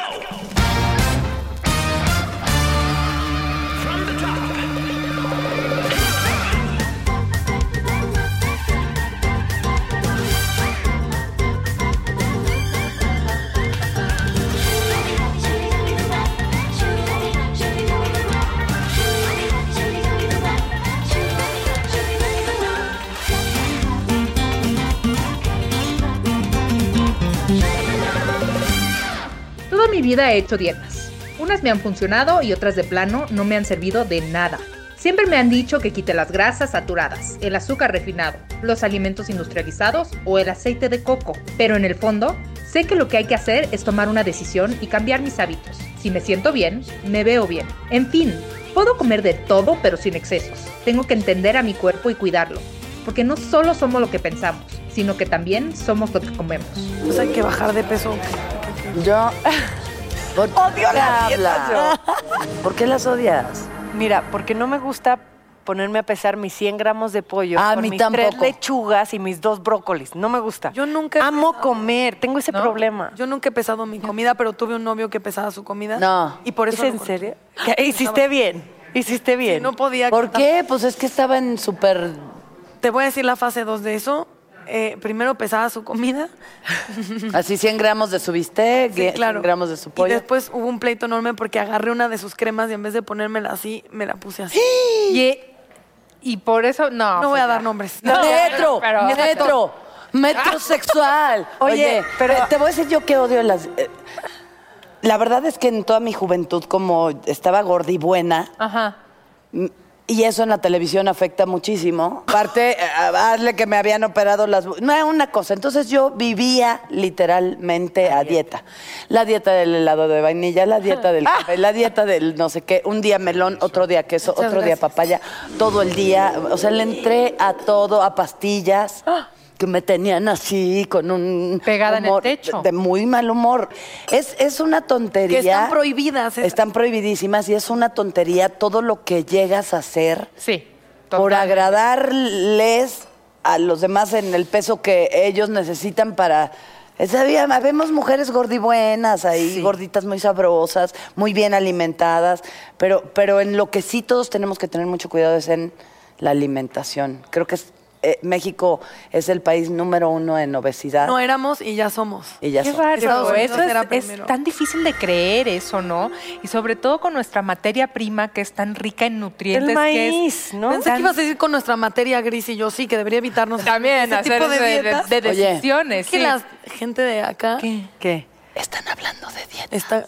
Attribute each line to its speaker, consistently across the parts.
Speaker 1: From the top.
Speaker 2: Toda mi vida he hecho dietas. Unas me han funcionado y otras de plano no me han servido de nada. Siempre me han dicho que quite las grasas saturadas, el azúcar refinado, los alimentos industrializados o el aceite de coco. Pero en el fondo, sé que lo que hay que hacer es tomar una decisión y cambiar mis hábitos. Si me siento bien, me veo bien. En fin, puedo comer de todo pero sin excesos. Tengo que entender a mi cuerpo y cuidarlo. Porque no solo somos lo que pensamos, sino que también somos lo que comemos.
Speaker 3: Pues hay que bajar de peso.
Speaker 4: Yo. ¿Por qué
Speaker 3: Odio las
Speaker 4: habla?
Speaker 3: dietas,
Speaker 4: ¿Por qué las odias?
Speaker 3: Mira, porque no me gusta ponerme a pesar mis 100 gramos de pollo
Speaker 4: Ah, a
Speaker 3: con
Speaker 4: mí
Speaker 3: mis tres
Speaker 4: tampoco.
Speaker 3: lechugas y mis dos brócolis. No me gusta.
Speaker 5: Yo nunca he
Speaker 3: Amo
Speaker 5: pesado.
Speaker 3: comer. Tengo
Speaker 4: este
Speaker 3: ese problema.
Speaker 5: Yo nunca he pesado mi comida, pero tuve un novio que pesaba su comida.
Speaker 4: No.
Speaker 5: Y por
Speaker 3: ¿Es
Speaker 5: eso.
Speaker 3: en
Speaker 5: no-
Speaker 3: serio? ¿Qué? Hiciste bien. Hiciste bien.
Speaker 5: No podía.
Speaker 4: ¿Por
Speaker 5: contar-
Speaker 4: qué? Pues es que estaba en súper.
Speaker 5: Te voy a decir la fase 2 de eso. Eh, primero pesaba su comida.
Speaker 4: Así 100 gramos de su bistec,
Speaker 5: Sí,
Speaker 4: 100
Speaker 5: claro.
Speaker 4: gramos de su
Speaker 5: Y
Speaker 4: pollo.
Speaker 5: después hubo un pleito enorme porque agarré una de sus cremas y en vez de ponérmela así, me la puse así. e,
Speaker 2: Y, y por eso, no.
Speaker 5: No voy
Speaker 2: pues
Speaker 5: a
Speaker 2: ya.
Speaker 5: dar nombres.
Speaker 2: No,
Speaker 4: metro,
Speaker 2: pero-
Speaker 4: metro, metro
Speaker 2: Ah,
Speaker 4: sexual.
Speaker 3: Oye,
Speaker 4: Oye,
Speaker 3: pero-
Speaker 4: pero te voy a decir yo que odio las. eh, La verdad es que en toda mi juventud, como estaba gorda y buena,
Speaker 2: Ajá.
Speaker 4: m- y eso en la televisión afecta muchísimo. Aparte, eh, hazle que me habían operado las. bu- No, una cosa. Entonces yo vivía literalmente a dieta. La dieta del helado de vainilla, la dieta del café, la dieta del no sé qué. Un día melón, otro día queso,
Speaker 5: Muchas
Speaker 4: otro día
Speaker 5: gracias.
Speaker 4: papaya. Todo el día. O sea, le entré a todo, a pastillas. Que me tenían así, con un.
Speaker 2: ¡Ah! Pegada en el
Speaker 4: humor
Speaker 2: techo.
Speaker 4: De muy mal humor. Es, es una tontería.
Speaker 5: Que están prohibidas. es-
Speaker 4: Están prohibidísimas y es una tontería todo lo que llegas a hacer
Speaker 2: Sí.
Speaker 4: por
Speaker 2: total.
Speaker 4: agradarles a los demás en el peso que ellos necesitan para... Esa vida, vemos mujeres gordibuenas ahí, gorditas muy sabrosas, muy bien alimentadas, pero, pero en lo que sí todos tenemos que tener mucho cuidado es en la alimentación. Creo que es- eh, México es el país número uno en obesidad.
Speaker 5: No éramos y ya somos.
Speaker 4: y ya
Speaker 2: Qué
Speaker 4: son.
Speaker 5: Estados
Speaker 2: raro,
Speaker 5: Unidos
Speaker 2: eso es,
Speaker 5: era
Speaker 2: es
Speaker 5: primero.
Speaker 2: tan difícil de creer eso, ¿no? Y sobre todo con nuestra materia prima que es tan rica en nutrientes.
Speaker 3: El
Speaker 2: que es
Speaker 3: maíz, ¿no?
Speaker 5: Pensé
Speaker 2: tan-
Speaker 5: que ibas a decir con nuestra materia gris y yo sí, que debería evitarnos
Speaker 2: También
Speaker 5: ese
Speaker 2: hacer
Speaker 5: tipo de
Speaker 2: eso de, de-
Speaker 5: dietas.
Speaker 2: de
Speaker 4: Oye,
Speaker 2: decisiones.
Speaker 5: Es que
Speaker 2: sí.
Speaker 5: la gente de acá
Speaker 2: ¿Qué?
Speaker 3: ¿Qué?
Speaker 4: Están hablando de dieta.
Speaker 5: está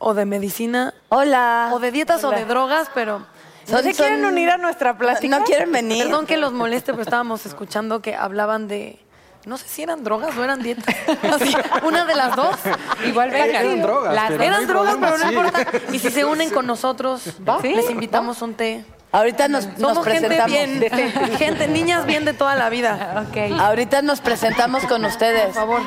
Speaker 5: o de medicina
Speaker 4: Hola.
Speaker 5: o de dietas o de drogas, pero
Speaker 3: ¿No se quieren unir a nuestra plática?
Speaker 4: No quieren venir.
Speaker 5: perdón que los moleste, pero estábamos escuchando que hablaban de no sé si eran drogas o eran dietas. Así, una de las dos.
Speaker 2: Igual venga.
Speaker 6: eran drogas,
Speaker 2: Las-
Speaker 6: pero-
Speaker 5: Eran
Speaker 6: hay
Speaker 5: drogas,
Speaker 6: problema,
Speaker 5: pero no
Speaker 6: sí.
Speaker 5: importa. Y si se unen con nosotros, les invitamos un té.
Speaker 4: Ahorita nos, nos
Speaker 5: Somos gente
Speaker 4: presentamos.
Speaker 5: bien, gente, niñas bien de toda la vida.
Speaker 2: Ok.
Speaker 4: Ahorita nos presentamos con
Speaker 5: Por
Speaker 4: ustedes.
Speaker 5: favor,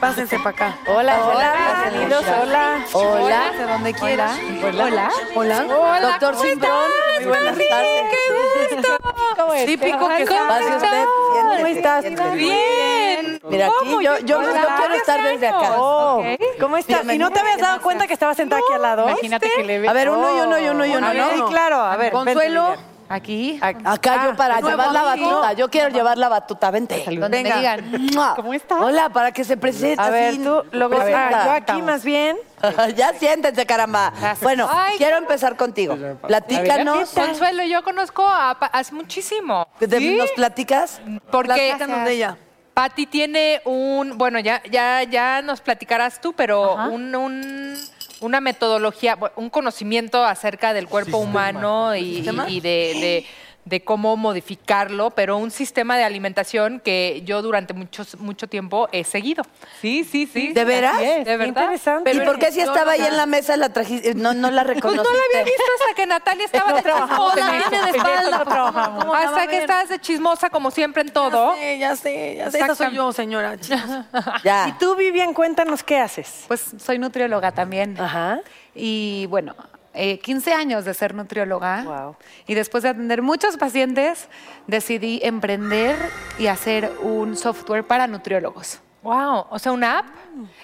Speaker 5: pásense para acá.
Speaker 3: Hola, hola,
Speaker 4: Hola,
Speaker 3: bienvenidos, hola.
Speaker 4: Hola.
Speaker 5: De donde quieras.
Speaker 2: Hola.
Speaker 5: Hola.
Speaker 4: Doctor Simbrón. Muy buenas tardes.
Speaker 2: ¡Qué gusto! ¿Cómo
Speaker 5: Típico que se
Speaker 4: Pase usted. siéntese,
Speaker 3: ¿Cómo estás?
Speaker 4: siéntese.
Speaker 2: Bien.
Speaker 4: Mira, aquí
Speaker 2: ¿Cómo?
Speaker 4: yo- yo-
Speaker 2: puedo
Speaker 4: yo quiero estar
Speaker 2: años.
Speaker 4: desde acá.
Speaker 3: Oh,
Speaker 2: Ok.
Speaker 3: ¿Cómo estás? ¿Y no te habías dado cuenta que estaba sentada aquí al lado? Oh.
Speaker 2: Imagínate que le ve.
Speaker 4: A ver, uno y uno y uno y uno,
Speaker 3: A ver,
Speaker 4: ¿no?
Speaker 3: Sí, claro, a ver. vente,
Speaker 5: Consuelo.
Speaker 3: Miguel. Aquí.
Speaker 4: Acá
Speaker 3: Ah,
Speaker 4: yo para
Speaker 5: nuevo
Speaker 4: llevar la
Speaker 5: amigo.
Speaker 4: batuta. Yo quiero llevar la batuta. Vente.
Speaker 3: Salud.
Speaker 2: Donde
Speaker 3: Venga.
Speaker 2: me digan.
Speaker 4: ¡Mua!
Speaker 3: ¿Cómo estás?
Speaker 4: Hola, para que se presente.
Speaker 3: A ver,
Speaker 4: así.
Speaker 3: tú, luego.
Speaker 4: Presenta.
Speaker 3: Ah, yo aquí más bien.
Speaker 4: ya siéntense, caramba. Bueno,
Speaker 2: Ay,
Speaker 4: quiero empezar contigo. Platícanos.
Speaker 2: Consuelo, yo conozco a Pa- hace muchísimo.
Speaker 4: ¿De-
Speaker 2: ¿Sí?
Speaker 4: ¿Nos platicas?
Speaker 2: Porque
Speaker 5: Platícanos de ella.
Speaker 2: Patti tiene un, bueno, ya, ya, ya nos platicarás tú, pero un, un- una metodología, bu- un conocimiento acerca del cuerpo humano y, y de, de- de cómo modificarlo, pero un sistema de alimentación que yo durante muchos, mucho tiempo he seguido. Sí, sí, sí.
Speaker 4: ¿De veras?
Speaker 2: Así es,
Speaker 3: Qué
Speaker 2: ¿De verdad?
Speaker 3: interesante.
Speaker 4: ¿Y por qué si estaba ahí en la mesa la trajiste? No, no la
Speaker 2: Pues no
Speaker 4: reconociste.
Speaker 2: la había visto hasta que Natalia estaba de
Speaker 5: Toda
Speaker 2: chismosa.
Speaker 5: tiene de espalda. pues, ¿cómo- cómo la va a
Speaker 2: Hasta que
Speaker 5: ver?
Speaker 2: estabas de chismosa como siempre en todo.
Speaker 5: Ya sé, ya sé, ya sé. Esa soy yo, señora. chicos.
Speaker 3: Y
Speaker 4: Ya.
Speaker 3: tú, Vivian, cuéntanos qué haces.
Speaker 2: Pues soy nutrióloga también.
Speaker 3: Ajá.
Speaker 2: Y bueno, eh, 15 años de ser nutrióloga.
Speaker 3: Wow.
Speaker 2: Y después de atender muchos pacientes, decidí emprender y hacer un software para nutriólogos.
Speaker 7: Wow, o sea, una app.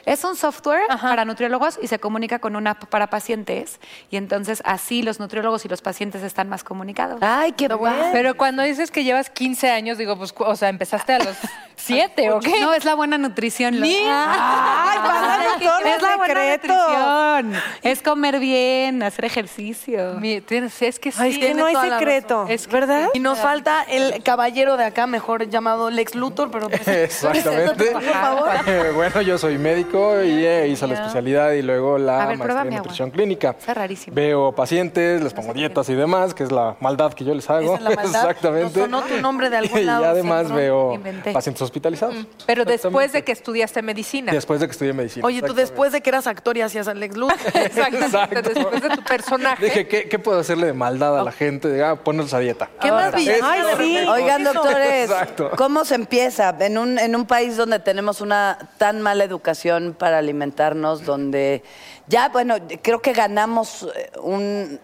Speaker 2: Es un software
Speaker 7: Ajá.
Speaker 2: para nutriólogos y se comunica con una app para pacientes. Y entonces así los nutriólogos y los pacientes están más comunicados.
Speaker 4: Ay, qué padre.
Speaker 7: Pero cuando dices que llevas 15 años, digo, pues, cu- o sea, empezaste a los 7, ¿o qué?
Speaker 2: No, es la buena nutrición. lo- Ah.
Speaker 3: ¡Ay, pásame todos
Speaker 2: es la
Speaker 3: los
Speaker 2: buena
Speaker 3: secretos!
Speaker 2: nutrición. Es comer bien, hacer ejercicio.
Speaker 7: Mi- tienes- es que sí.
Speaker 3: Ay, es que
Speaker 5: Tiene
Speaker 3: no hay
Speaker 5: toda la
Speaker 3: secreto,
Speaker 5: razón. Es que-
Speaker 3: ¿verdad?
Speaker 5: Y nos falta el caballero de acá, mejor llamado Lex Luthor, pero... pues,
Speaker 8: Exactamente.
Speaker 5: Por favor.
Speaker 8: Eh, bueno, yo soy médico y eh, hice la especialidad y luego la
Speaker 2: A ver,
Speaker 8: maestría
Speaker 2: prueba
Speaker 8: en
Speaker 2: mi agua.
Speaker 8: nutrición clínica.
Speaker 2: Está rarísimo.
Speaker 8: Veo pacientes, les pongo dietas y demás, que es la maldad que yo les hago.
Speaker 5: Esa es la maldad.
Speaker 8: Exactamente.
Speaker 5: Nos sonó tu nombre de algún
Speaker 8: y
Speaker 5: lado,
Speaker 8: además
Speaker 5: señor.
Speaker 8: veo
Speaker 2: Inventé.
Speaker 8: pacientes hospitalizados.
Speaker 7: Pero después
Speaker 8: Exactamente.
Speaker 7: de que estudiaste medicina.
Speaker 8: Después de que estudié medicina.
Speaker 5: Oye, tú después de que eras actor y hacías a Lex Luthor.
Speaker 7: Exactamente,
Speaker 8: Exacto.
Speaker 7: Después de tu personaje.
Speaker 8: Dije, ¿qué, qué puedo hacerle de maldad a la gente? De, ah, ponerlos a dieta.
Speaker 5: Qué maravilla.
Speaker 3: Ay, sí.
Speaker 4: Oigan, doctores,
Speaker 8: Exacto.
Speaker 4: ¿cómo se empieza? En un, en un país donde tenemos una tan mala educación para alimentarnos, donde ya, bueno, creo que ganamos eh, un...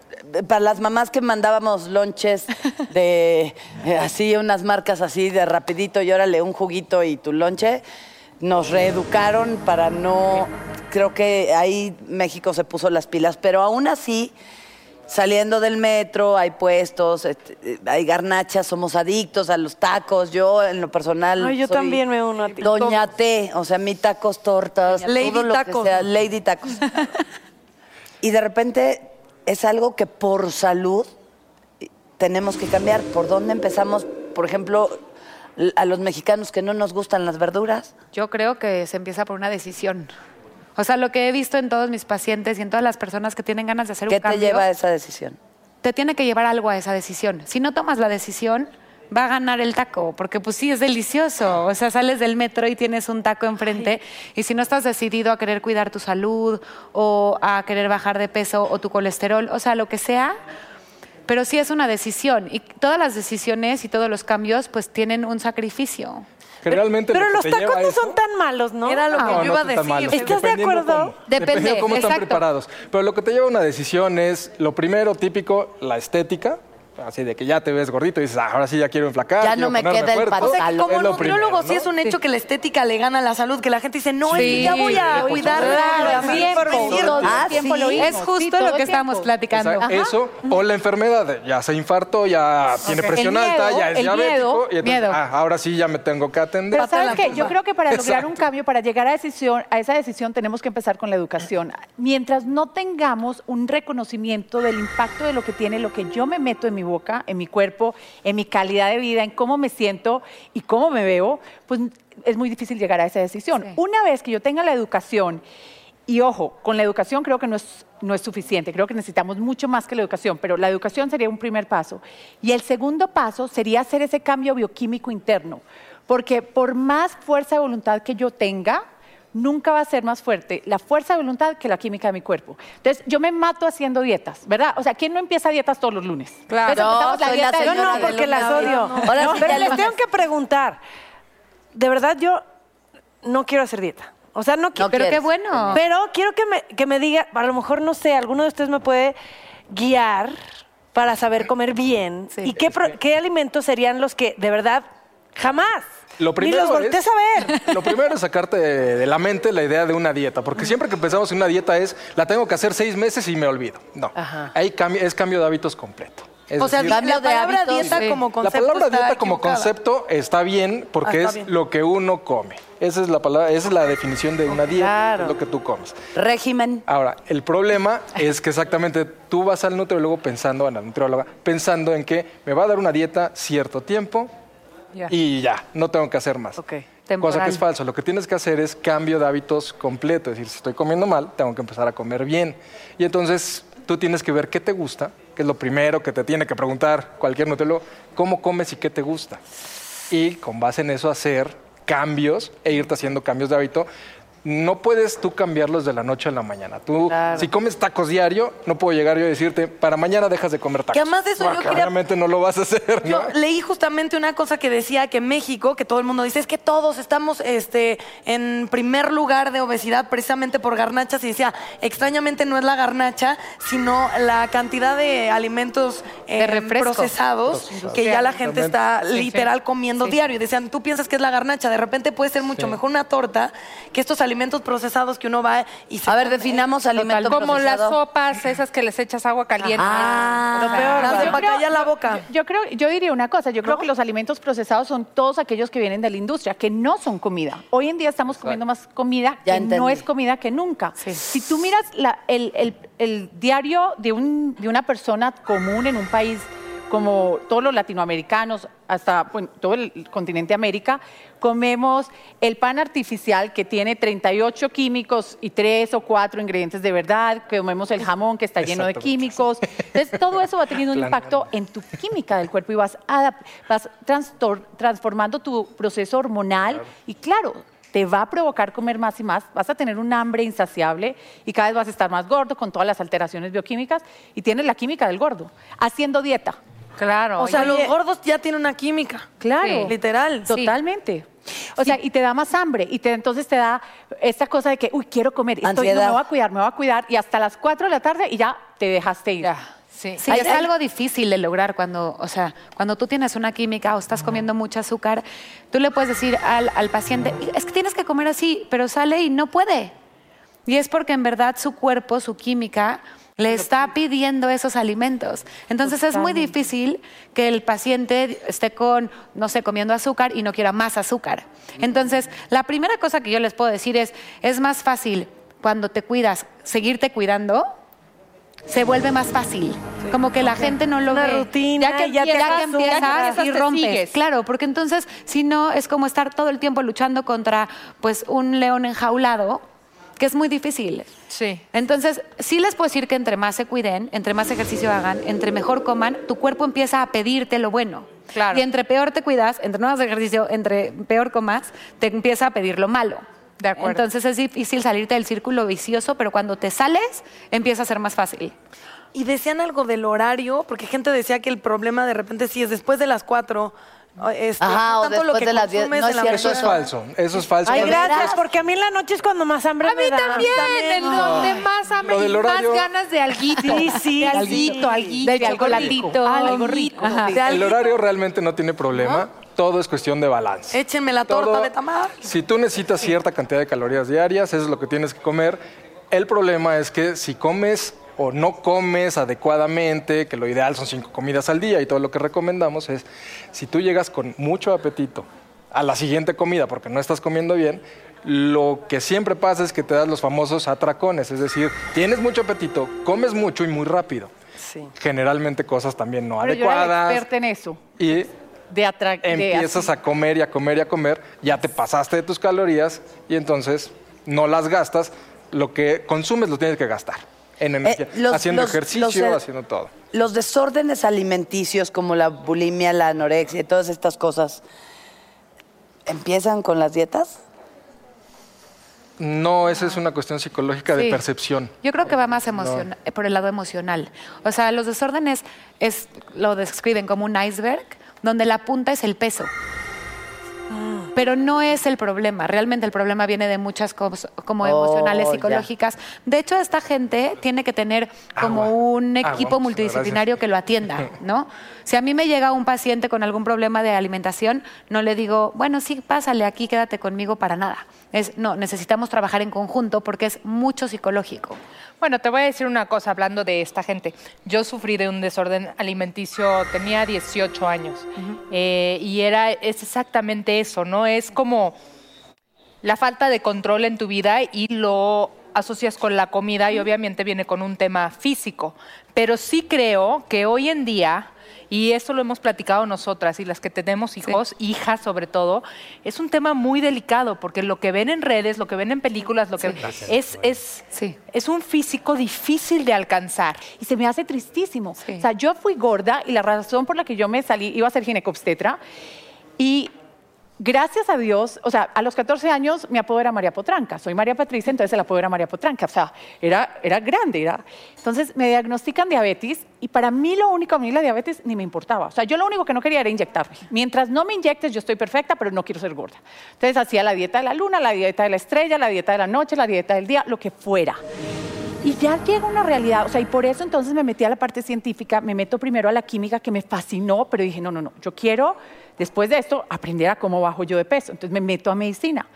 Speaker 4: Para las mamás que mandábamos lonches de eh, así, unas marcas así de rapidito y órale un juguito y tu lonche, nos reeducaron para no... Creo que ahí México se puso las pilas, pero aún así... Saliendo del metro, hay puestos, este, eh, hay garnachas, somos adictos a los tacos. Yo, en lo personal.
Speaker 3: Ay, yo
Speaker 4: soy
Speaker 3: también me uno a ti.
Speaker 4: Doña T, o sea, mi tacos, tortas,
Speaker 5: Lady
Speaker 4: todo lo que
Speaker 5: Tacos.
Speaker 4: sea, Lady Tacos. y de repente es algo que por salud eh, tenemos que cambiar. ¿Por dónde empezamos? Por ejemplo, l- a los mexicanos que no nos gustan las verduras.
Speaker 7: Yo creo que se empieza por una decisión. O sea, lo que he visto en todos mis pacientes y en todas las personas que tienen ganas de hacer
Speaker 4: ¿Qué te lleva a esa decisión?
Speaker 7: te tiene que llevar algo a esa decisión. Si no tomas la decisión, va a ganar el taco, porque pues sí, es delicioso. O sea, sales del metro y tienes un taco enfrente, y si no estás decidido a querer cuidar tu salud o a querer bajar de peso o tu colesterol, o sea, lo que sea, pero sí es una decisión. Y todas las decisiones y todos los cambios pues tienen un sacrificio.
Speaker 8: Que realmente
Speaker 3: Pero
Speaker 8: lo
Speaker 3: los
Speaker 8: que te
Speaker 3: tacos
Speaker 8: lleva a
Speaker 3: no
Speaker 8: eso-
Speaker 3: son tan malos, ¿no?
Speaker 5: Era lo que
Speaker 8: Ah, No,
Speaker 5: yo
Speaker 8: no
Speaker 5: iba a
Speaker 8: son tan
Speaker 5: decir.
Speaker 8: malos.
Speaker 3: ¿Estás de
Speaker 8: Dependiendo
Speaker 3: acuerdo?
Speaker 8: cómo-
Speaker 7: Depende,
Speaker 8: dependiendo cómo están
Speaker 7: exacto.
Speaker 8: preparados. Pero lo que te lleva a una decisión es, lo primero típico, la estética. Así de que ya te ves gordito y dices, "Ah, ahora sí ya quiero enflacar.
Speaker 4: Ya
Speaker 8: quiero
Speaker 4: no me
Speaker 8: ponerme
Speaker 4: queda el
Speaker 8: fuerte".
Speaker 5: O sea, que
Speaker 4: pantalón.
Speaker 5: como
Speaker 8: Es lo
Speaker 5: nutriólogo
Speaker 8: primero,
Speaker 5: sí
Speaker 8: ¿no?
Speaker 5: es un hecho que la estética le gana a la salud, que la gente dice, no, es que ya voy a
Speaker 7: Sí,
Speaker 5: cuidarla.
Speaker 7: claro,
Speaker 5: Sí,
Speaker 7: siempre,
Speaker 5: por decir-
Speaker 7: todo
Speaker 4: Ah,
Speaker 7: el tiempo lo
Speaker 4: sí.
Speaker 7: mismo,
Speaker 2: Es justo
Speaker 7: sí, todo
Speaker 2: lo que
Speaker 7: el
Speaker 2: estamos
Speaker 7: tiempo.
Speaker 2: platicando.
Speaker 8: Esa- Eso o la enfermedad, de ya se infartó, ya tiene presión
Speaker 2: El
Speaker 8: alta,
Speaker 2: miedo,
Speaker 8: ya es
Speaker 2: el
Speaker 8: diabético.
Speaker 2: miedo,
Speaker 8: y entonces,
Speaker 2: miedo.
Speaker 8: "Ah, ahora sí ya me tengo que atender.
Speaker 9: Pero sabes que yo creo que para lograr
Speaker 8: Exacto.
Speaker 9: un cambio, para llegar a, decisión, a esa decisión, tenemos que empezar con la educación. Mientras no tengamos un reconocimiento del impacto de lo que tiene lo que yo me meto en mi boca, en mi cuerpo, en mi calidad de vida, en cómo me siento y cómo me veo, pues es muy difícil llegar a esa decisión. Una vez que yo tenga la educación y ojo, con la educación creo que no es, no es suficiente, creo que necesitamos mucho más que la educación, pero la educación sería un primer paso. Y el segundo paso sería hacer ese cambio bioquímico interno, porque por más fuerza de voluntad que yo tenga, nunca va a ser más fuerte la fuerza de voluntad que la química de mi cuerpo. Entonces, yo me mato haciendo dietas, ¿verdad? O sea, ¿quién no empieza dietas todos los lunes?
Speaker 4: Claro.
Speaker 9: Entonces, empezamos
Speaker 4: Soy la
Speaker 9: dieta del
Speaker 3: Yo
Speaker 4: señora
Speaker 3: no,
Speaker 9: lunes.
Speaker 4: de
Speaker 3: porque
Speaker 4: Luna,
Speaker 3: las
Speaker 4: ahora
Speaker 3: odio.
Speaker 4: no. Ahora sí
Speaker 3: pero
Speaker 4: ya
Speaker 3: les
Speaker 4: lo-
Speaker 3: tengo que preguntar. De verdad, yo no quiero hacer dieta. O sea, no, qui-
Speaker 4: No
Speaker 3: pero,
Speaker 4: quieres.
Speaker 7: Qué bueno.
Speaker 3: pero quiero que me, que me diga, a lo mejor, no sé, alguno de ustedes me puede guiar para saber comer bien. ¿Y qué, pro- qué alimentos serían los que, de verdad, jamás
Speaker 8: Lo
Speaker 3: ni
Speaker 8: primero
Speaker 3: los voltees
Speaker 8: es-
Speaker 3: a ver?
Speaker 8: Lo primero es sacarte de de la mente la idea de una dieta, porque siempre que pensamos en una dieta es, la tengo que hacer seis meses y me olvido. No, ahí cambia- es cambio de hábitos completo. Es
Speaker 5: O sea,
Speaker 8: decir,
Speaker 5: la palabra dieta como
Speaker 8: La
Speaker 5: concepto
Speaker 8: palabra
Speaker 5: está
Speaker 8: dieta como
Speaker 5: equivocada.
Speaker 8: concepto está bien porque
Speaker 5: Ah, está
Speaker 8: es
Speaker 5: bien.
Speaker 8: lo que uno come. Esa es la palabra, esa es la definición de una dieta,
Speaker 4: Claro.
Speaker 8: es lo que tú comes.
Speaker 4: Régimen.
Speaker 8: Ahora, el problema es que exactamente tú vas al nutriólogo pensando, a la nutrióloga, pensando en que me va a dar una dieta cierto tiempo y ya, no tengo que hacer más. Cosa que
Speaker 7: Temporal.
Speaker 8: es falso. Lo que tienes que hacer es cambio de hábitos completo. Es decir, si estoy comiendo mal, tengo que empezar a comer bien. Y entonces tú tienes que ver qué te gusta, que es lo primero que te tiene que preguntar cualquier nutriólogo, cómo comes y qué te gusta. Y con base en eso hacer cambios e irte haciendo cambios de hábito. No puedes tú cambiarlos de la noche a la mañana. Tú, si comes tacos diario, no puedo llegar yo a decirte, para mañana dejas de comer tacos.
Speaker 5: Que además de eso yo
Speaker 8: Porque
Speaker 5: quería-
Speaker 8: Obviamente no lo vas a hacer, ¿no?
Speaker 5: Yo leí justamente una cosa que decía que México, que todo el mundo dice, es que todos estamos este, en primer lugar de obesidad precisamente por garnachas. Y decía, extrañamente no es la garnacha, sino la cantidad de alimentos eh,
Speaker 7: refresco.
Speaker 5: procesados
Speaker 7: Procesados.
Speaker 5: que ya la gente está
Speaker 7: Sí, sí.
Speaker 5: literal comiendo diario. Y decían, tú piensas que es la garnacha, de repente puede ser mucho
Speaker 7: Sí.
Speaker 5: mejor una torta que estos alimentos procesados que uno va y se... A ver,
Speaker 4: definamos
Speaker 5: alimentos
Speaker 2: Como las sopas esas que les echas agua caliente.
Speaker 5: Ah, lo peor, las de
Speaker 9: Yo
Speaker 5: para
Speaker 9: creo-
Speaker 5: callar la boca.
Speaker 9: Yo creo, yo diría una cosa, yo creo que los alimentos procesados son todos aquellos que vienen de la industria, que no son comida. Hoy en día estamos comiendo más comida
Speaker 4: Ya
Speaker 9: que no
Speaker 4: entendí.
Speaker 9: es comida que nunca. Si tú miras la- el, el- el diario de, un, de una persona común en un país como todos los latinoamericanos, hasta bueno, todo el continente América, comemos el pan artificial que tiene 38 químicos y 3 o 4 ingredientes de verdad, comemos el jamón que está lleno de
Speaker 7: Exactamente.
Speaker 9: químicos. Entonces, todo eso va teniendo un
Speaker 7: Planeando.
Speaker 9: impacto en tu química del cuerpo y vas, adap- vas transtor- transformando tu proceso hormonal y claro, te va a provocar comer más y más, vas a tener un hambre insaciable y cada vez vas a estar más gordo con todas las alteraciones bioquímicas y tienes la química del gordo, haciendo dieta.
Speaker 2: Claro.
Speaker 5: O sea, los gordos ya tienen una química.
Speaker 9: Claro.
Speaker 5: Literal.
Speaker 9: Totalmente. O sea, y te da más hambre y te, entonces te da esta cosa de que, uy, quiero comer, estoy, no,
Speaker 7: Ansiedad.
Speaker 9: me voy a cuidar, me voy a cuidar y hasta las 4 de la tarde y ya te dejaste ir.
Speaker 7: Sí, es algo difícil de lograr cuando, o sea, cuando tú tienes una química o estás comiendo mucho azúcar, tú le puedes decir al, al paciente, es que tienes que comer así, pero sale y no puede. Y es porque en verdad su cuerpo, su química, le está pidiendo esos alimentos. Entonces es muy difícil que el paciente esté con, no sé, comiendo azúcar y no quiera más azúcar. Entonces, la primera cosa que yo les puedo decir es, es más fácil cuando te cuidas, seguirte cuidando, se vuelve más fácil. Como que la gente no lo
Speaker 5: Una
Speaker 7: ve.
Speaker 5: rutina,
Speaker 7: ya que
Speaker 5: ya te
Speaker 7: empiezas,
Speaker 5: das un-
Speaker 7: empiezas
Speaker 5: ya que empiezas,
Speaker 7: y
Speaker 5: te
Speaker 7: rompes.
Speaker 5: sigues.
Speaker 7: Claro, porque entonces si no es como estar todo el tiempo luchando contra pues un león enjaulado, que es muy difícil.
Speaker 2: Sí.
Speaker 7: Entonces, sí les puedo decir que entre más se cuiden, entre más ejercicio hagan, entre mejor coman, tu cuerpo empieza a pedirte lo bueno.
Speaker 2: Claro.
Speaker 7: Y entre peor te cuidas, entre no hagas ejercicio, entre peor comas, te empieza a pedir lo malo. De
Speaker 2: acuerdo.
Speaker 7: Entonces es difícil salirte del círculo vicioso, pero cuando te sales, empieza a ser más fácil.
Speaker 5: Y decían algo del horario, porque gente decía que el problema de repente sí es después de las 4. Este,
Speaker 4: Ajá,
Speaker 5: no
Speaker 4: o
Speaker 5: tanto
Speaker 4: después
Speaker 5: lo que
Speaker 4: de las 10,
Speaker 5: consumes
Speaker 4: no
Speaker 5: en
Speaker 4: es
Speaker 5: la
Speaker 4: cierto
Speaker 8: Eso es
Speaker 5: mañana.
Speaker 8: falso, eso es falso.
Speaker 5: Ay,
Speaker 8: Porque-
Speaker 5: gracias, porque a mí en la noche es cuando más hambre me da.
Speaker 2: Ah, También, es donde más hambre
Speaker 8: Lo del
Speaker 2: y más
Speaker 8: horario-
Speaker 2: ganas de alguito.
Speaker 5: Sí, sí, sí.
Speaker 2: De alguito, alguito.
Speaker 7: De chocolatito.
Speaker 2: Algo rico.
Speaker 9: Ah,
Speaker 7: Ajá.
Speaker 2: De
Speaker 8: El
Speaker 2: alguito.
Speaker 8: horario realmente no tiene problema, todo es cuestión de balance.
Speaker 5: Échenme la torta
Speaker 8: Todo-
Speaker 5: de tamar.
Speaker 8: Si tú necesitas cierta cantidad de calorías diarias, eso es lo que tienes que comer. El problema es que si comes o no comes adecuadamente, que lo ideal son cinco comidas al día y todo lo que recomendamos es, si tú llegas con mucho apetito a la siguiente comida porque no estás comiendo bien, lo que siempre pasa es que te das los famosos atracones, es decir, tienes mucho apetito, comes mucho y muy rápido. Generalmente cosas también no
Speaker 9: Pero yo era la
Speaker 8: adecuadas.
Speaker 9: experta en eso.
Speaker 8: Y
Speaker 9: De atra- de
Speaker 8: empiezas
Speaker 9: así.
Speaker 8: a comer y a comer y a comer, ya te pasaste de tus calorías y entonces no las gastas, lo que consumes lo tienes que gastar en energía,
Speaker 4: Eh, los-
Speaker 8: haciendo
Speaker 4: los- eh,
Speaker 8: ejercicio,
Speaker 4: los-
Speaker 8: haciendo todo.
Speaker 4: Los desórdenes alimenticios como la bulimia, la anorexia y todas estas cosas, ¿empiezan con las dietas?
Speaker 8: No, esa es una cuestión psicológica de
Speaker 7: Sí.
Speaker 8: percepción.
Speaker 7: Yo creo que va más emocion-
Speaker 8: No.
Speaker 7: eh, por el lado emocional. O sea, los desórdenes es, lo describen como un iceberg donde la punta es el peso. pero no es el problema. Realmente el problema viene de muchas cosas como emocionales,
Speaker 10: ya.
Speaker 7: psicológicas. De hecho, esta gente tiene que tener
Speaker 10: Ah,
Speaker 7: como un
Speaker 10: Agua,
Speaker 7: equipo
Speaker 10: muchas
Speaker 7: multidisciplinario
Speaker 10: gracias.
Speaker 7: que lo atienda, ¿no? Si a mí me llega un paciente con algún problema de alimentación, no le digo, bueno, sí, pásale aquí, quédate conmigo para nada. Es, no, necesitamos trabajar en conjunto porque es mucho psicológico.
Speaker 2: Bueno, te voy a decir una cosa hablando de esta gente. Yo sufrí de un desorden alimenticio, tenía 18 años. Eh, y era, es exactamente eso, ¿no? Es como la falta de control en tu vida y lo asocias con la comida y obviamente viene con un tema físico. Pero sí creo que hoy en día, y esto lo hemos platicado nosotras y las que tenemos hijos, hijas sobre todo, es un tema muy delicado porque lo que ven en redes, lo que ven en películas, lo que
Speaker 7: Sí.
Speaker 2: es, es, es un físico difícil de alcanzar.
Speaker 9: Y se me hace tristísimo. O sea, yo fui gorda y la razón por la que yo me salí, iba a ser ginecobstetra. Y gracias a Dios, o sea, a los 14 años mi apodo era María Potranca. Soy María Patricia, entonces el apodo era María Potranca. O sea, era, era grande. Era. Entonces me diagnostican diabetes y para mí lo único, a mí la diabetes ni me importaba. O sea, yo lo único que no quería era inyectarme. Mientras no me inyectes, yo estoy perfecta, pero no quiero ser gorda. Entonces hacía la dieta de la luna, la dieta de la estrella, la dieta de la noche, la dieta del día, lo que fuera. Y ya llega una realidad, o sea, y por eso entonces me metí a la parte científica, me meto primero a la química que me fascinó, pero dije, no, no, no, yo quiero, después de esto, aprender a cómo bajo yo de peso. Entonces me meto a medicina.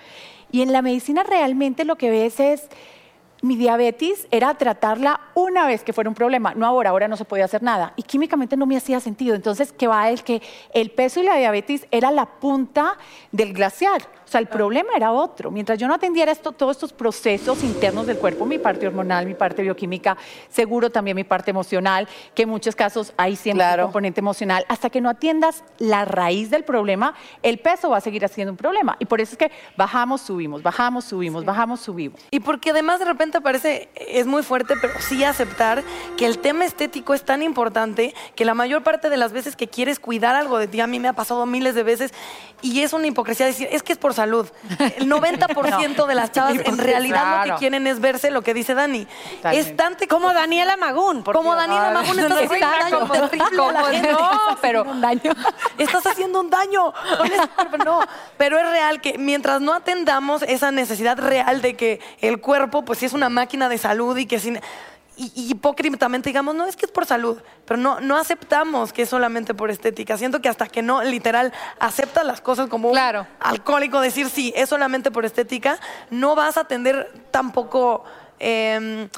Speaker 9: Y en la medicina realmente lo que ves es, mi diabetes era tratarla una vez que fuera un problema, no ahora, ahora no se podía hacer nada. Y químicamente no me hacía sentido. Entonces, que va el que el peso y la diabetes era la punta del glaciar. O sea, el problema era otro. Mientras yo no atendiera esto, todos estos procesos internos del cuerpo, mi parte hormonal, mi parte bioquímica, seguro también mi parte emocional, que en muchos casos hay siempre un componente emocional. Hasta que no atiendas la raíz del problema, el peso va a seguir siendo un problema. Y por eso es que bajamos, subimos, bajamos, subimos, bajamos, subimos.
Speaker 5: Y porque además de repente parece, es muy fuerte, pero sí aceptar que el tema estético es tan importante que la mayor parte de las veces que quieres cuidar algo de ti, a mí me ha pasado miles de veces, y es una hipocresía decir, es que es por salud. El 90% de las chavas en realidad lo
Speaker 3: Claro.
Speaker 5: que quieren es verse lo que dice Dani.
Speaker 3: Totalmente.
Speaker 5: Es tan como Daniela Magún. Como Daniela
Speaker 3: Ay,
Speaker 5: Magún
Speaker 3: no, no,
Speaker 5: estás haciendo
Speaker 3: está
Speaker 5: un daño
Speaker 3: como-
Speaker 5: terrible a la
Speaker 3: como-
Speaker 5: gente.
Speaker 3: no,
Speaker 5: Estás haciendo un daño. Estás haciendo un daño. con ese cuerpo. No, pero es real que mientras no atendamos esa necesidad real de que el cuerpo, pues sí es una máquina de salud y que sin. Y, y hipócritamente digamos, no, es que es por salud, pero no, no aceptamos que es solamente por estética. Siento que hasta que no, literal, aceptas las cosas como un alcohólico, decir sí, es solamente por estética, no vas a atender tampoco em,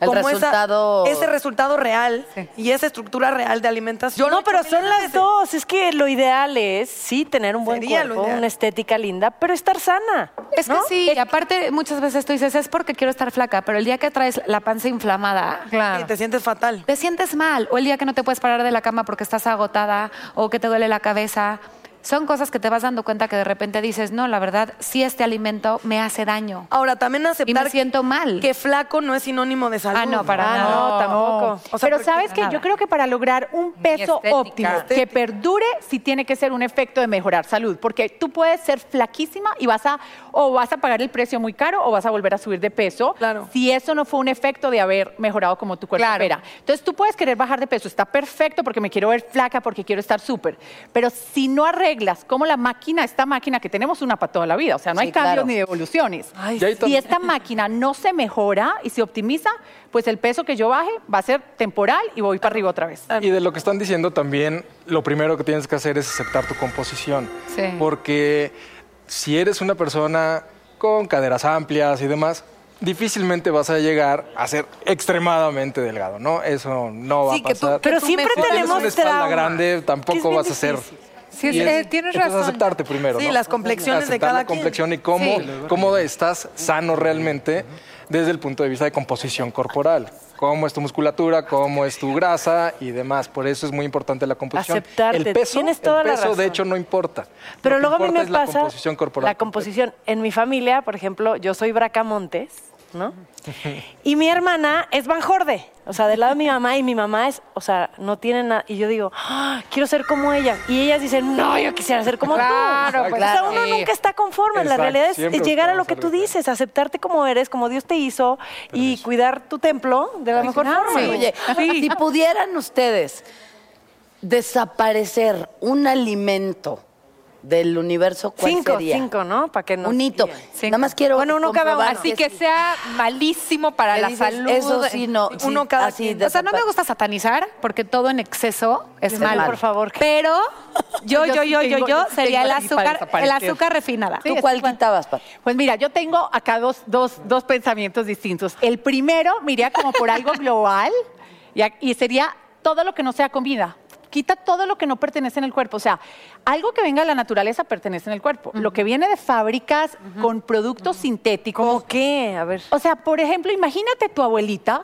Speaker 4: El
Speaker 5: como esa-
Speaker 4: resultado-
Speaker 5: ese resultado real y esa estructura real de alimentación.
Speaker 3: No, pero son las dos. Es que lo ideal es, sí, tener un buen
Speaker 5: Sería lo
Speaker 3: cuerpo,
Speaker 5: ideal.
Speaker 3: una estética linda, pero estar sana.
Speaker 7: Es que sí, y aparte muchas veces tú dices, es porque quiero estar flaca, pero el día que traes la panza inflamada,
Speaker 5: Sí, te sientes fatal.
Speaker 7: te sientes mal, o el día que no te puedes parar de la cama porque estás agotada o que te duele la cabeza, son cosas que te vas dando cuenta que de repente dices, no, la verdad, sí este alimento me hace daño.
Speaker 5: Ahora, también aceptar
Speaker 7: y me siento mal.
Speaker 5: Que flaco no es sinónimo de salud.
Speaker 7: Ah, no, para nada.
Speaker 9: Pero sabes que yo creo que para lograr un peso
Speaker 5: estética.
Speaker 9: óptimo que perdure, sí tiene que ser un efecto de mejorar salud, porque tú puedes ser flaquísima y vas a o vas a pagar el precio muy caro o vas a volver a subir de peso. Si eso no fue un efecto de haber mejorado como tu cuerpo espera. Entonces tú puedes querer bajar de peso, está perfecto porque me quiero ver flaca, porque quiero estar súper, pero si no arreglas como la máquina, esta máquina que tenemos una para toda la vida, o sea, no
Speaker 4: Sí,
Speaker 9: hay cambios
Speaker 4: claro.
Speaker 9: ni devoluciones.
Speaker 4: Ya hay
Speaker 9: si
Speaker 4: tam-
Speaker 9: esta máquina no se mejora y se optimiza, pues el peso que yo baje va a ser temporal y voy para arriba otra vez.
Speaker 8: Y de lo que están diciendo también, lo primero que tienes que hacer es aceptar tu composición.
Speaker 9: Sí.
Speaker 8: Porque si eres una persona con caderas amplias y demás, difícilmente vas a llegar a ser extremadamente delgado, ¿no? Eso no va
Speaker 2: Sí,
Speaker 8: a
Speaker 2: que tú-
Speaker 8: pasar.
Speaker 2: que Pero tú siempre
Speaker 8: Si tienes
Speaker 2: tenemos
Speaker 8: una espalda
Speaker 2: trauma,
Speaker 8: grande, tampoco vas a ser...
Speaker 2: Sí,
Speaker 8: Y
Speaker 2: es-
Speaker 8: es-
Speaker 2: eh, tienes
Speaker 8: entonces
Speaker 2: razón.
Speaker 8: aceptarte primero,
Speaker 5: Sí,
Speaker 8: ¿no?
Speaker 5: las complexiones de
Speaker 8: Aceptar
Speaker 5: cada
Speaker 8: la complexión y cómo,
Speaker 5: Sí.
Speaker 8: cómo estás sano realmente desde el punto de vista de composición corporal. Cómo es tu musculatura, cómo es tu grasa y demás. Por eso es muy importante la composición.
Speaker 3: Aceptarte,
Speaker 8: El peso,
Speaker 3: tienes toda
Speaker 8: el
Speaker 3: la
Speaker 8: peso
Speaker 3: razón.
Speaker 8: de hecho no importa.
Speaker 3: Pero
Speaker 8: Lo que
Speaker 3: luego a mí
Speaker 8: importa
Speaker 3: me
Speaker 8: es
Speaker 3: pasa
Speaker 8: la composición corporal.
Speaker 3: la composición. En mi familia, por ejemplo, yo soy Bracamontes, ¿no? Y mi hermana es Van Jorde, o sea, del lado de mi mamá, y mi mamá es, o sea, no tiene nada. Y yo digo, "Ah, quiero ser como ella. Y ellas dicen, no, yo quisiera ser como tú.
Speaker 2: Claro, pues,
Speaker 3: O sea,
Speaker 2: claro.
Speaker 3: uno
Speaker 2: Sí.
Speaker 3: nunca está conforme. la
Speaker 2: Exacto,
Speaker 3: realidad es,
Speaker 2: siempre
Speaker 3: es llegar a lo
Speaker 2: buscamos
Speaker 3: que tú
Speaker 2: algo.
Speaker 3: dices, aceptarte como eres, como Dios te hizo, y cuidar tu templo de la mejor
Speaker 4: Claro.
Speaker 3: forma.
Speaker 4: Oye, si pudieran ustedes desaparecer un alimento del universo, ¿cuál
Speaker 3: Cinco,
Speaker 4: sería?
Speaker 3: cinco, ¿no? Para que no.
Speaker 4: Un hito. Nada más quiero
Speaker 3: Bueno, uno cada uno.
Speaker 4: comprobar
Speaker 3: Así
Speaker 2: que sea malísimo para
Speaker 4: Que
Speaker 2: la
Speaker 4: dices,
Speaker 2: salud.
Speaker 4: eso sí, no,
Speaker 7: uno
Speaker 4: sí,
Speaker 7: cada
Speaker 4: así
Speaker 7: quien.
Speaker 4: de
Speaker 7: O sea, no me gusta satanizar porque todo en exceso es
Speaker 4: Yo
Speaker 7: malo.
Speaker 4: no, por
Speaker 7: favor. Pero yo,
Speaker 9: Yo
Speaker 7: yo,
Speaker 9: sí
Speaker 7: yo, yo,
Speaker 9: tengo- yo
Speaker 7: yo
Speaker 9: sí
Speaker 7: sería el
Speaker 9: tengo así para
Speaker 7: azúcar, el
Speaker 9: desaparecer.
Speaker 7: azúcar refinada.
Speaker 9: ¿Tú cuál
Speaker 4: quitabas,
Speaker 9: Pues mira, yo tengo acá dos, dos, dos pensamientos distintos. El primero, me iría como por algo global y, a- y sería todo lo que no sea comida. Quita todo lo que no pertenece en el cuerpo. O sea, algo que venga de la naturaleza pertenece en el cuerpo. Lo que viene de fábricas con productos sintéticos. ¿Cómo
Speaker 3: qué? A ver.
Speaker 9: O sea, por ejemplo, imagínate tu abuelita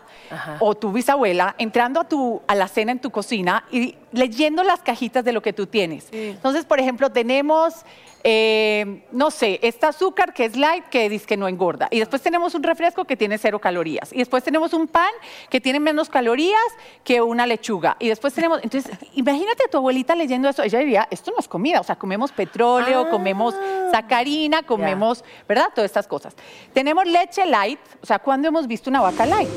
Speaker 9: o tu bisabuela entrando a, tu, a la cena en tu cocina y leyendo las cajitas de lo que tú tienes. Entonces, por ejemplo, tenemos, eh, no sé, este azúcar que es light, que dice que no engorda. Y después tenemos un refresco que tiene cero calorías. Y después tenemos un pan que tiene menos calorías que una lechuga. Y después tenemos, entonces, imagínate a tu abuelita leyendo eso. Ella diría, esto no es comida. O sea, comemos petróleo,
Speaker 3: Ah.
Speaker 9: comemos sacarina, comemos, ¿verdad? Todas estas cosas. Tenemos leche light. O sea, ¿cuándo hemos visto una vaca light?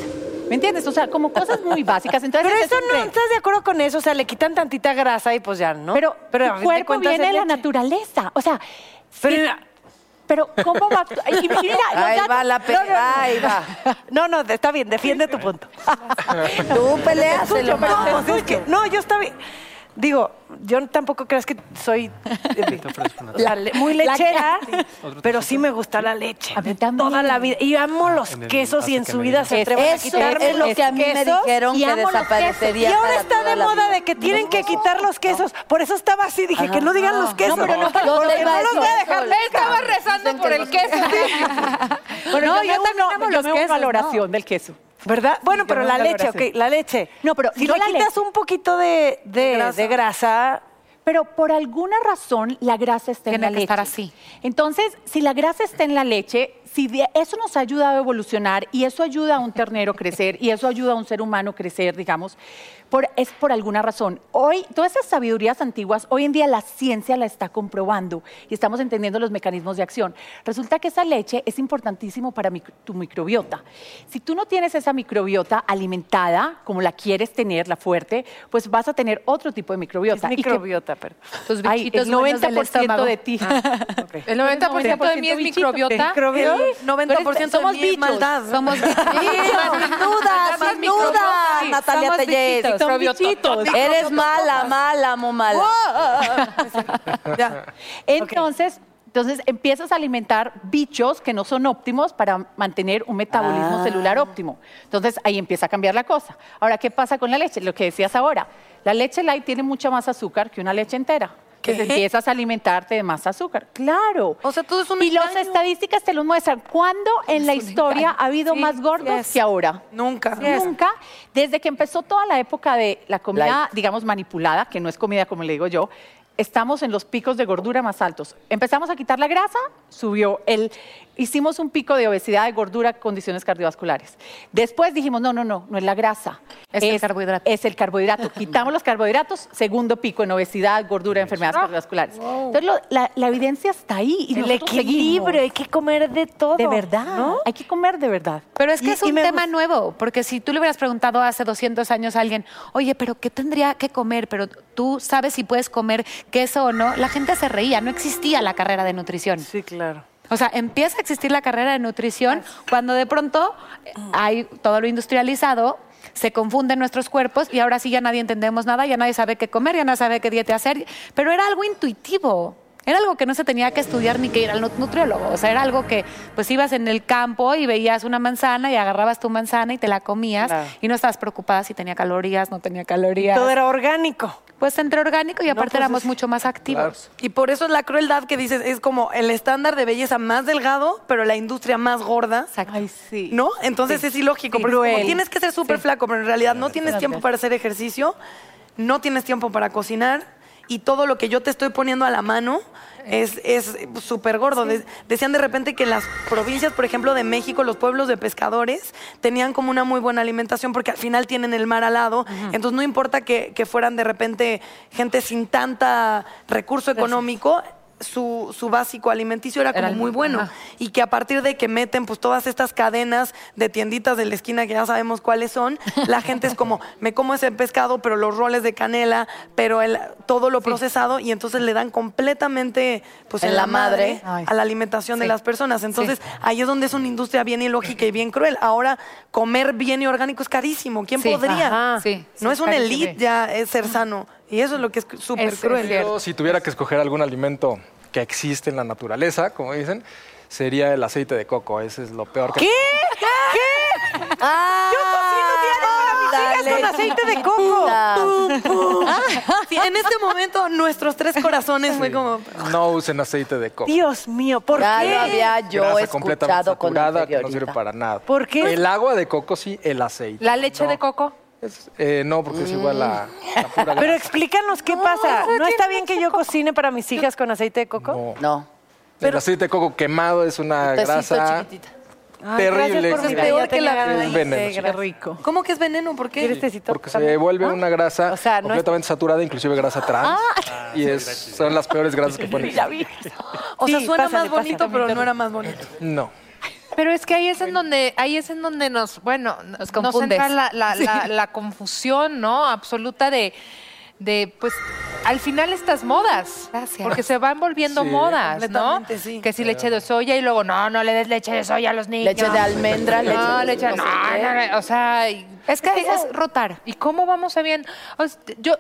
Speaker 9: ¿Me entiendes? O sea, como cosas muy básicas. Entonces,
Speaker 3: Pero
Speaker 9: ese es
Speaker 3: eso
Speaker 9: un
Speaker 3: no,
Speaker 9: reto.
Speaker 3: ¿estás de acuerdo con eso? O sea, le quitan tantita grasa y pues ya, ¿no? Pero, pero a fin
Speaker 9: el
Speaker 3: de
Speaker 9: cuerpo
Speaker 3: cuentas
Speaker 9: viene
Speaker 3: es
Speaker 9: de la
Speaker 3: leche.
Speaker 9: naturaleza. O sea,
Speaker 3: Pero,
Speaker 9: pero ¿cómo va a actuar? Y mira, los
Speaker 3: Ahí
Speaker 9: datos-
Speaker 3: va la pe-
Speaker 9: No, no, no.
Speaker 3: ahí va. No, no, está bien, defiende tu punto.
Speaker 4: Tú peleas,
Speaker 3: Escucho,
Speaker 4: lo
Speaker 3: pero
Speaker 4: más.
Speaker 3: pues es que- no, yo estaba. Digo, yo tampoco creas que soy la le- muy
Speaker 9: La-
Speaker 3: lechera,
Speaker 9: Sí.
Speaker 3: pero sí me gusta la leche. de Toda la vida. Y
Speaker 8: Ah,
Speaker 3: amo los
Speaker 4: En el
Speaker 3: quesos y en
Speaker 4: hace
Speaker 3: su
Speaker 4: que
Speaker 3: vida
Speaker 4: me
Speaker 3: se
Speaker 4: digas.
Speaker 3: atreven a
Speaker 4: Eso
Speaker 3: quitarme
Speaker 4: es lo
Speaker 3: los
Speaker 4: que a mí me
Speaker 3: quesos
Speaker 4: dijeron
Speaker 3: y
Speaker 4: que
Speaker 3: amo los
Speaker 4: desaparecería
Speaker 3: quesos. Y ahora
Speaker 4: para
Speaker 3: está
Speaker 4: toda
Speaker 3: de
Speaker 4: la
Speaker 3: moda
Speaker 4: vida.
Speaker 3: de que tienen que quitar los quesos. Por eso estaba así, dije que no digan los quesos.
Speaker 9: No, pero no,
Speaker 3: porque
Speaker 9: yo te iba a
Speaker 3: no los
Speaker 9: decir
Speaker 3: voy a
Speaker 9: eso.
Speaker 3: dejar.
Speaker 9: Él estaba
Speaker 3: nunca.
Speaker 9: rezando por el queso.
Speaker 3: Bueno,
Speaker 9: no,
Speaker 3: yo
Speaker 9: yo,
Speaker 3: me
Speaker 9: también
Speaker 3: uno-
Speaker 9: amo
Speaker 3: yo
Speaker 9: los
Speaker 3: me uno a
Speaker 9: quesos.
Speaker 3: la oración
Speaker 9: del queso.
Speaker 3: ¿Verdad? Bueno,
Speaker 9: yo
Speaker 3: pero
Speaker 9: me
Speaker 3: la
Speaker 9: uno a la
Speaker 3: leche, ok,
Speaker 9: oración.
Speaker 3: la leche.
Speaker 9: No, pero
Speaker 3: si
Speaker 9: no
Speaker 3: le
Speaker 9: la
Speaker 3: quitas
Speaker 9: leche.
Speaker 3: un poquito de, de, de grasa.
Speaker 9: Pero por alguna razón la grasa está en
Speaker 7: Tiene
Speaker 9: la
Speaker 7: que
Speaker 9: leche.
Speaker 7: estar así.
Speaker 9: Entonces, si la grasa está en la leche, si de- eso nos ha ayudado a evolucionar y eso ayuda a un ternero a crecer y eso ayuda a un ser humano a crecer, digamos, por- es por alguna razón. Hoy, todas esas sabidurías antiguas, hoy en día la ciencia la está comprobando y estamos entendiendo los mecanismos de acción. Resulta que esa leche es importantísimo para mic- tu microbiota. Si tú no tienes esa microbiota alimentada, como la quieres tener, la fuerte, pues vas a tener otro tipo de microbiota. Y que-
Speaker 3: microbiota, pero.
Speaker 9: Tus bichitos buenos del estómago. Ah,
Speaker 2: El 90% de mí es microbiota. Sí.
Speaker 5: 90%
Speaker 2: Somos
Speaker 5: de mí es
Speaker 2: bichos.
Speaker 5: este maldad.
Speaker 2: Somos bichos.
Speaker 4: sin duda,
Speaker 2: Somos
Speaker 4: sin duda,
Speaker 2: microbiota.
Speaker 4: Natalia
Speaker 2: Somos
Speaker 4: Tellez.
Speaker 2: bichitos,
Speaker 4: Son
Speaker 2: microbiotas.
Speaker 4: bichitos.
Speaker 2: Microbiotas.
Speaker 4: Eres mala, mala, muy mala.
Speaker 9: Entonces, entonces empiezas a alimentar bichos que no son óptimos para mantener un metabolismo
Speaker 4: Ah.
Speaker 9: celular óptimo. Entonces ahí empieza a cambiar la cosa. Ahora, ¿qué pasa con la leche? Lo que decías ahora, la leche light tiene mucha más azúcar que una leche entera.
Speaker 5: ¿Qué?
Speaker 9: Entonces empiezas a alimentarte de más azúcar. Claro. O sea, todo es
Speaker 5: un
Speaker 9: Y las
Speaker 5: engaño.
Speaker 9: estadísticas te lo muestran. ¿Cuándo en la historia ha habido
Speaker 5: Sí,
Speaker 9: más gordos que ahora?
Speaker 5: Nunca.
Speaker 9: Nunca, desde que empezó toda la época de la comida,
Speaker 5: Light.
Speaker 9: digamos, manipulada, que no es comida como le digo yo, estamos en los picos de gordura más altos. Empezamos a quitar la grasa, subió el... Hicimos un pico de obesidad, de gordura, condiciones cardiovasculares. Después dijimos, no, no, no, no es la grasa.
Speaker 7: Es el carbohidrato.
Speaker 9: Es el carbohidrato. Quitamos los carbohidratos, segundo pico en obesidad, gordura, enfermedades cardiovasculares. Entonces, lo- la, la evidencia está ahí. Y
Speaker 7: El
Speaker 9: nosotros
Speaker 7: equilibrio,
Speaker 9: seguimos.
Speaker 7: hay que comer de todo.
Speaker 9: De verdad, hay que comer de verdad.
Speaker 7: Pero es que
Speaker 9: Y-
Speaker 7: es
Speaker 9: y
Speaker 7: un
Speaker 9: me
Speaker 7: tema nuevo, porque si tú le hubieras preguntado hace 200 años a alguien, oye, pero ¿qué tendría que comer? Pero tú sabes si puedes comer queso o no, la gente se reía, no existía la carrera de nutrición.
Speaker 3: Sí, claro.
Speaker 7: O sea, empieza a existir la carrera de nutrición cuando de pronto eh, hay todo lo industrializado, se confunden nuestros cuerpos y ahora sí ya nadie entendemos nada, ya nadie sabe qué comer, ya nadie sabe qué dieta hacer, pero era algo intuitivo. Era algo que no se tenía que estudiar ni que ir al nut- nutriólogo. O sea, era algo que pues ibas en el campo y veías una manzana y agarrabas tu manzana y te la comías
Speaker 3: Claro.
Speaker 7: y no estabas preocupada si tenía calorías, no tenía calorías.
Speaker 5: Todo era orgánico.
Speaker 7: Pues entre orgánico y aparte
Speaker 5: pues
Speaker 7: éramos
Speaker 5: es-
Speaker 7: mucho más activos.
Speaker 5: Y por eso es la crueldad que dices, es como el estándar de belleza más delgado, pero la industria más gorda.
Speaker 9: Ay, sí.
Speaker 5: ¿No? Entonces
Speaker 9: Sí.
Speaker 5: es ilógico.
Speaker 9: Sí.
Speaker 5: porque es como,
Speaker 9: Cruel.
Speaker 5: tienes que ser súper
Speaker 9: Sí.
Speaker 5: flaco, pero en realidad no tienes
Speaker 9: Gracias.
Speaker 5: tiempo para hacer ejercicio, no tienes tiempo para cocinar y todo lo que yo te estoy poniendo a la mano es es súper gordo. De- decían de repente que en las provincias, por ejemplo, de México, los pueblos de pescadores tenían como una muy buena alimentación porque al final tienen el mar al lado. Entonces no importa que, que fueran de repente gente sin tanta recurso económico, su, su básico alimenticio era como
Speaker 7: Era el-
Speaker 5: muy bueno.
Speaker 7: ajá.
Speaker 5: Y que a partir de que meten pues todas estas cadenas de tienditas de la esquina que ya sabemos cuáles son, la gente es como, me como ese pescado, pero los roles de canela, pero el, todo lo procesado, y entonces le dan completamente pues en, la madre,
Speaker 11: Ay.
Speaker 5: a la alimentación de
Speaker 11: Sí.
Speaker 5: las personas. Entonces, ahí es donde es una industria bien ilógica y bien cruel. Ahora, comer bien y orgánico es carísimo. ¿Quién
Speaker 7: Sí,
Speaker 5: podría?
Speaker 7: ajá, sí,
Speaker 5: no
Speaker 7: sí,
Speaker 5: es una
Speaker 7: carísimo.
Speaker 5: elite ya es ser sano. Y eso es lo que es súper cruel.
Speaker 8: Yo, si tuviera que escoger algún alimento que existe en la naturaleza, como dicen, sería el aceite de coco. Ese es lo peor que.
Speaker 12: ¿Qué?
Speaker 5: Sigas
Speaker 12: Dale.
Speaker 5: con aceite de coco.
Speaker 12: Puta.
Speaker 5: Pum, pum. Sí, en este momento nuestros tres corazones fue como
Speaker 8: No usen aceite de coco.
Speaker 5: Dios mío, ¿por
Speaker 4: Ya
Speaker 5: qué?
Speaker 4: lo había yo
Speaker 8: Grasa completamente
Speaker 4: escuchado con
Speaker 8: saturada que no
Speaker 4: anterioridad.
Speaker 8: sirve para nada.
Speaker 4: ¿Por qué?
Speaker 8: El agua de coco sí, el aceite.
Speaker 2: ¿La leche de coco?
Speaker 8: Eh, no, porque es igual a.
Speaker 4: Mm.
Speaker 3: Pero explícanos qué pasa. ¿No está bien que yo cocine para mis hijas con aceite de coco?
Speaker 4: No.
Speaker 8: El aceite de coco quemado es una grasa. terrible.
Speaker 5: Ah. Gracias por mi peor que la
Speaker 8: Es
Speaker 5: raíz.
Speaker 8: veneno.
Speaker 5: Qué rico. ¿Cómo que es veneno? ¿Por qué?
Speaker 8: Porque se vuelve
Speaker 4: Ah.
Speaker 8: una grasa
Speaker 5: sea, no es-
Speaker 8: completamente saturada, inclusive grasa trans.
Speaker 5: Ah,
Speaker 8: Y es, son las peores grasas que ponen.
Speaker 5: O sea,
Speaker 2: Sí,
Speaker 5: suena
Speaker 2: pásale,
Speaker 5: más bonito,
Speaker 2: pásale.
Speaker 5: pero no era más bonito.
Speaker 8: No.
Speaker 2: Pero es que ahí es en donde, ahí es en donde nos, bueno, nos,
Speaker 7: confundes.
Speaker 2: entra la, la-
Speaker 7: Sí.
Speaker 2: la- la confusión, ¿no? Absoluta de, de, pues, al final estas modas. Porque se van volviendo
Speaker 7: Sí.
Speaker 2: modas, ¿no?
Speaker 7: Completamente, sí.
Speaker 2: Que si leche de soya y luego, no, no le des leche de soya a los niños.
Speaker 7: Leche de almendra, leche
Speaker 2: no,
Speaker 7: de-
Speaker 2: leche de...
Speaker 7: no
Speaker 2: No,
Speaker 7: sé qué.
Speaker 2: no, no, o sea... y-
Speaker 7: Es que es rotar.
Speaker 2: ¿Y cómo vamos a bien? O sea, yo,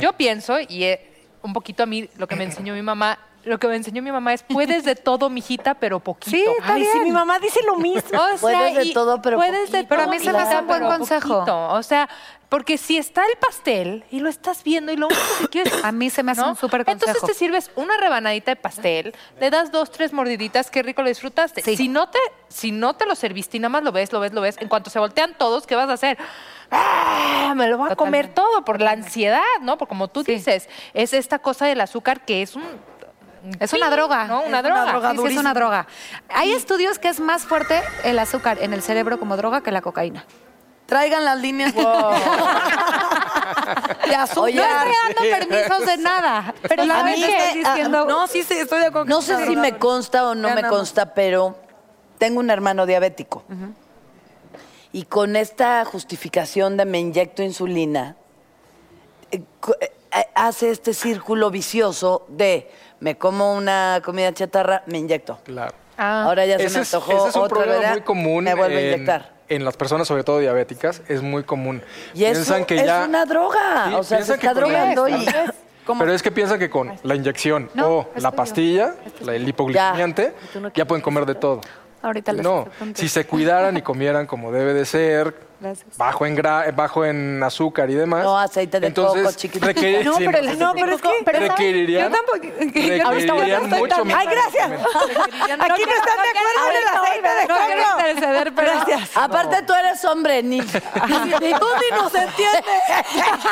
Speaker 2: yo pienso, y eh, un poquito a mí lo que me enseñó mi mamá, lo que me enseñó mi mamá es, puedes de todo, mijita, pero poquito.
Speaker 3: Sí, está bien. mi mamá dice lo mismo.
Speaker 2: O sea,
Speaker 3: Puedes de
Speaker 2: y
Speaker 3: todo, pero
Speaker 2: puedes de
Speaker 3: poquito. Pero a
Speaker 2: todo,
Speaker 3: mí se me hace un buen
Speaker 2: pero
Speaker 7: consejo.
Speaker 2: poquito. O sea, porque si está el pastel y lo estás viendo y lo único que quieres...
Speaker 7: A mí se me hace un súper consejo.
Speaker 2: Entonces te sirves una rebanadita de pastel, le das dos, tres mordiditas, qué rico lo disfrutaste. Si, no te, si no te lo serviste y nada más lo ves, lo ves, lo ves, en cuanto se voltean todos, ¿qué vas a hacer? ¡Ah! me lo voy a comer todo por la ansiedad, ¿no? Porque como tú dices, es esta cosa del azúcar que es un...
Speaker 7: Es una droga.
Speaker 2: ¿no? Una
Speaker 7: Es
Speaker 2: droga.
Speaker 7: Sí, sí, es una droga. Hay estudios que es más fuerte el azúcar en el cerebro como droga que la cocaína.
Speaker 5: Traigan las líneas. de azúcar.
Speaker 7: Oye, no estoy dando permisos de nada. Pero la
Speaker 4: A mí
Speaker 7: verdad
Speaker 4: me-
Speaker 7: estoy diciendo.
Speaker 4: ah,
Speaker 5: este, No, sí, sí, estoy de acuerdo.
Speaker 4: No sé si me consta o no
Speaker 5: Ya
Speaker 4: me
Speaker 5: nada más.
Speaker 4: consta, pero tengo un hermano diabético. Y con esta justificación de me inyecto insulina, eh, cu- eh, hace este círculo vicioso de me como una comida chatarra, me inyecto.
Speaker 8: Claro.
Speaker 5: Ah.
Speaker 4: Ahora ya se
Speaker 8: Ese
Speaker 4: me
Speaker 8: es-
Speaker 4: antojó
Speaker 8: ese es un
Speaker 4: otra
Speaker 8: problema
Speaker 4: ¿verdad?
Speaker 8: muy común
Speaker 4: Me vuelvo a
Speaker 8: en-
Speaker 4: inyectar.
Speaker 8: En, las personas, sobre todo diabéticas, es muy común.
Speaker 4: Y es, un- es una droga.
Speaker 8: Sí,
Speaker 4: o sea, se
Speaker 8: piensan que
Speaker 4: está
Speaker 8: con la-
Speaker 4: drogando y.
Speaker 8: Pero es que piensan que con la inyección o la pastilla, la- el hipoglucemiante, ya. pueden comer de todo.
Speaker 7: Ahorita lo
Speaker 8: No, si se cuidaran y comieran como debe de ser, bajo en gra- bajo en azúcar y demás. No,
Speaker 4: aceite
Speaker 8: de entonces,
Speaker 4: coco, chiquitito.
Speaker 8: requerir-
Speaker 4: No,
Speaker 8: sí,
Speaker 4: pero el- no, pero es que- pero ¿sabes? Yo
Speaker 8: requerirían,
Speaker 4: tampoco-
Speaker 8: requerirían
Speaker 4: Ahorita voy a estar
Speaker 5: Pues,
Speaker 8: mucho
Speaker 4: tan-
Speaker 8: más
Speaker 4: Ay, gracias.
Speaker 5: Aquí no están de acuerdo en el aceite de
Speaker 7: No quiero
Speaker 5: coco.
Speaker 7: interceder, pero.
Speaker 4: Gracias. Aparte, tú eres hombre, ni. ni- ni-
Speaker 5: Tú ni nos entiendes.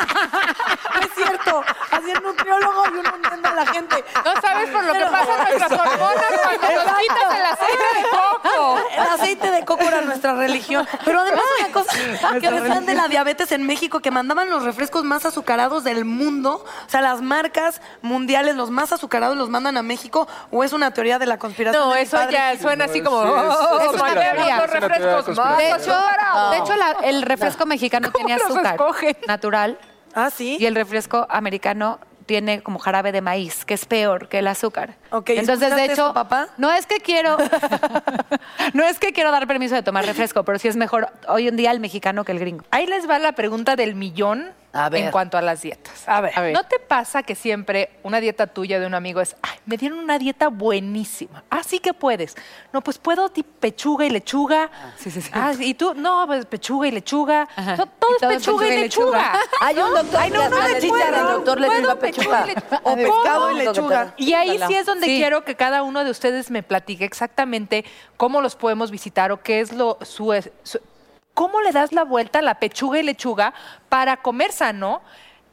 Speaker 5: es cierto. Así el nutriólogo y uno entiende a la gente.
Speaker 2: No sabes por lo que pasan nuestras hormonas cuando nos quitas el aceite de coco.
Speaker 5: El aceite de coco era nuestra religión. Pero además una cosa que
Speaker 2: Nuestra
Speaker 5: decían de la diabetes en México, que mandaban los refrescos más azucarados del mundo. O sea, las marcas mundiales, los más azucarados los mandan a México. ¿O es una teoría de la conspiración?
Speaker 2: No,
Speaker 5: de mi
Speaker 2: eso
Speaker 5: padre?
Speaker 2: ya suena así como...
Speaker 5: Sí, sí,
Speaker 2: "Oh,
Speaker 5: sí,
Speaker 2: oh,
Speaker 5: sí, sí,
Speaker 2: mandemos
Speaker 5: sí,
Speaker 2: los
Speaker 5: sí, sí,
Speaker 2: refrescos más
Speaker 7: De hecho,
Speaker 2: azucarados".
Speaker 7: de hecho la- el refresco mexicano tenía
Speaker 2: los
Speaker 7: azúcar natural.
Speaker 5: Ah, sí.
Speaker 7: Y el refresco americano tiene como jarabe de maíz, que es peor que el azúcar.
Speaker 5: Ok,
Speaker 7: Entonces, de
Speaker 5: ¿escuchaste
Speaker 7: hecho,
Speaker 5: eso, papá?
Speaker 7: no es que quiero no es que quiero dar permiso de tomar refresco, pero sí es mejor hoy en día el mexicano que el gringo.
Speaker 2: Ahí les va la pregunta del millón
Speaker 7: A ver.
Speaker 2: en cuanto a las dietas.
Speaker 7: A ver. A ver.
Speaker 2: ¿No te pasa que siempre una dieta tuya de un amigo es, ay, me dieron una dieta buenísima, así que puedes? No, pues puedo ti- pechuga y lechuga. Ah, sí, sí, sí. y tú, no, pues pechuga y lechuga. No, todo,
Speaker 7: todo
Speaker 2: es pechuga y lechuga.
Speaker 4: Hay un doctor
Speaker 2: Ay, no,
Speaker 4: que
Speaker 2: no,
Speaker 4: hace
Speaker 2: no,
Speaker 4: chicharra,
Speaker 2: puedo,
Speaker 4: el doctor le
Speaker 2: puedo
Speaker 4: sirva pechuga.
Speaker 2: pechuga y lechuga.
Speaker 4: O pescado y lechuga.
Speaker 2: Y ahí
Speaker 4: Ojalá.
Speaker 2: sí es donde
Speaker 4: Sí.
Speaker 2: quiero que cada uno de ustedes me platique exactamente cómo los podemos visitar o qué es lo su, su- cómo le das la vuelta a la pechuga y lechuga para comer sano,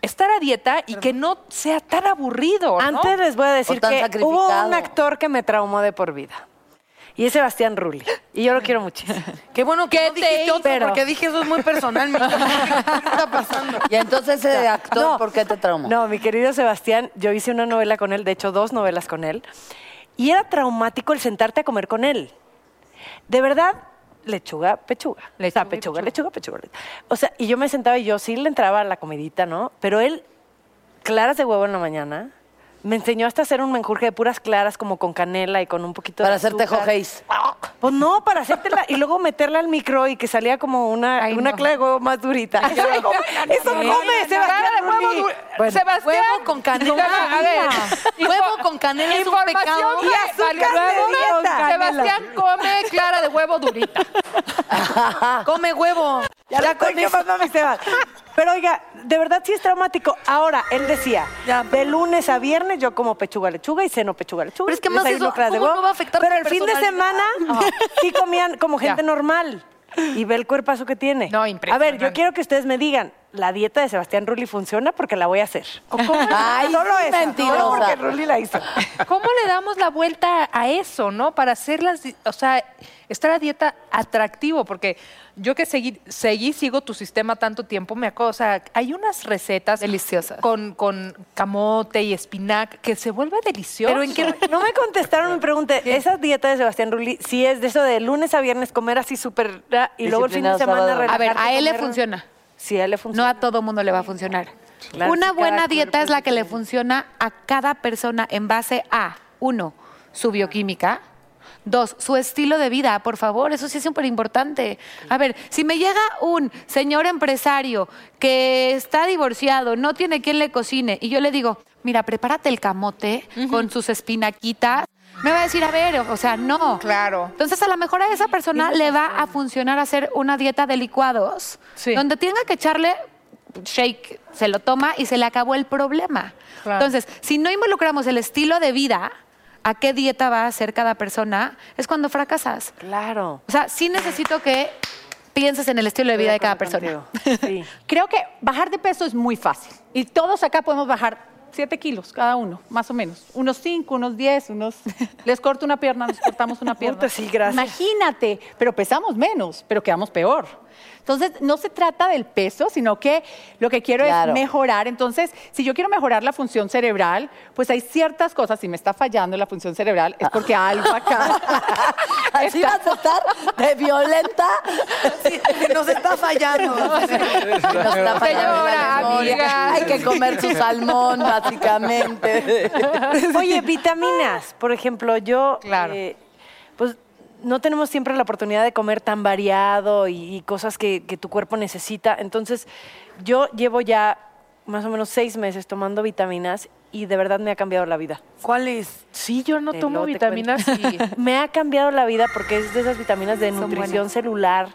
Speaker 2: estar a dieta y que no sea tan aburrido. ¿no?
Speaker 3: Antes les voy a decir
Speaker 2: O tan
Speaker 3: que hubo
Speaker 2: sacrificado.
Speaker 3: un actor que me traumó de por vida. y es Sebastián Rulli. Y yo lo quiero muchísimo.
Speaker 5: Qué bueno que no dijiste otro, porque dije eso es muy personal. mi hija.
Speaker 4: Y entonces ese actor, ¿por qué te traumó?
Speaker 3: No, mi querido Sebastián, yo hice una novela con él, de hecho dos novelas con él, y era traumático el sentarte a comer con él. De verdad, lechuga, pechuga. o sea, pechuga, lechuga, pechuga. lechuga. O sea, y yo me sentaba y yo sí le entraba a la comidita, ¿no? Pero él, claras de huevo en la mañana, me enseñó hasta hacer un menjurje de puras claras, como con canela y con un poquito
Speaker 4: Para
Speaker 3: de
Speaker 4: hacerte
Speaker 3: azúcar.
Speaker 4: jojeis.
Speaker 3: Pues no, para hacértela y luego meterla al micro y que salía como una, una clara de huevo más durita. Eso no come, eso no
Speaker 5: Sí.
Speaker 3: come, Sebastián.
Speaker 5: Clara de huevo
Speaker 3: Rulli.
Speaker 5: du- Sebastián. Huevo con canela.
Speaker 2: Este A ver.
Speaker 5: Huevo con canela es un pecado.
Speaker 2: Información que valiosa. Sebastián come clara de huevo durita.
Speaker 5: Come huevo.
Speaker 3: Ya, con eso. "Ah". Pero oiga, de verdad sí es traumático. Ahora, él decía, de lunes a viernes yo como pechuga lechuga y ceno pechuga lechuga.
Speaker 5: Pero es que
Speaker 3: Les
Speaker 5: más
Speaker 3: ahí
Speaker 5: eso,
Speaker 3: lo creas de
Speaker 5: ¿cómo
Speaker 3: huevo.
Speaker 5: no va a afectar
Speaker 3: Pero
Speaker 5: tu
Speaker 3: el fin de semana
Speaker 5: personalidad?
Speaker 3: sí comían como gente
Speaker 5: Ya.
Speaker 3: normal. Y ve el cuerpazo que tiene. No, impresionante. A ver, yo quiero que ustedes me digan, ¿la dieta de Sebastián Rulli funciona? Porque la voy a hacer.
Speaker 2: Ay,
Speaker 3: solo
Speaker 2: sí,
Speaker 3: esa,
Speaker 2: mentirosa.
Speaker 3: solo porque Rulli la hizo.
Speaker 2: ¿Cómo le damos la vuelta a eso, no? Para hacerlas, o sea, estar a dieta atractivo, porque yo que seguí, seguí, sigo tu sistema tanto tiempo, me acuerdo, o sea, hay unas recetas deliciosas con, con camote y espinaca que se vuelve delicioso.
Speaker 3: Pero en qué- no me contestaron mi pregunta. Esa dieta de Sebastián Rulli, si es de eso de lunes a viernes comer así súper ah, y luego el fin de
Speaker 7: Disciplinado
Speaker 3: semana
Speaker 7: sábado.
Speaker 3: relajarte,
Speaker 7: A ver, a él le
Speaker 3: comer-
Speaker 7: funciona.
Speaker 3: Sí, a él le funciona.
Speaker 7: No a todo mundo le va a funcionar.
Speaker 3: Claro,
Speaker 7: Una
Speaker 3: sí, cada
Speaker 7: buena
Speaker 3: cuerpo
Speaker 7: dieta es la que le funciona a cada persona en base a, uno, su bioquímica. Dos, su estilo de vida, por favor, eso sí es súper importante. A ver, si me llega un señor empresario que está divorciado, no tiene quien le cocine, y yo le digo, mira, prepárate el camote con sus espinaquitas, me va a decir, a ver, o sea, no. Claro. Entonces, a lo mejor a esa persona le va a funcionar hacer una dieta de licuados, donde tenga que echarle shake, se lo toma y se le acabó el problema.
Speaker 2: Claro.
Speaker 7: Entonces, si no involucramos el estilo de vida, a qué dieta va a hacer cada persona, es cuando fracasas.
Speaker 3: Claro.
Speaker 7: O sea, sí necesito que pienses en el estilo de vida de cada persona.
Speaker 9: Creo que bajar de peso es muy fácil. Y todos acá podemos bajar 7 kilos cada uno, más o menos. Unos 5, unos 10, unos... Les corto una pierna, les cortamos una pierna.
Speaker 3: sí, gracias.
Speaker 9: Imagínate, pero pesamos menos, pero quedamos peor. Entonces, no se trata del peso, sino que lo que quiero
Speaker 4: Claro.
Speaker 9: es mejorar. Entonces, si yo quiero mejorar la función cerebral, pues hay ciertas cosas. Si me está fallando la función cerebral, es porque algo acá...
Speaker 4: ¿Así vas a estar de violenta?
Speaker 5: nos está fallando.
Speaker 4: Nos está fallando la memoria. Hay que comer su salmón, básicamente.
Speaker 3: Oye, vitaminas. Por ejemplo, yo. eh, pues no tenemos siempre la oportunidad de comer tan variado y, y cosas que, que tu cuerpo necesita. Entonces, yo llevo ya más o menos seis meses tomando vitaminas y de verdad me ha cambiado la vida.
Speaker 5: ¿Cuáles?
Speaker 3: Sí, yo no
Speaker 5: tomo vitaminas
Speaker 3: me ha cambiado la vida porque es de esas vitaminas de
Speaker 5: Son
Speaker 3: nutrición
Speaker 5: buenas.
Speaker 3: celular,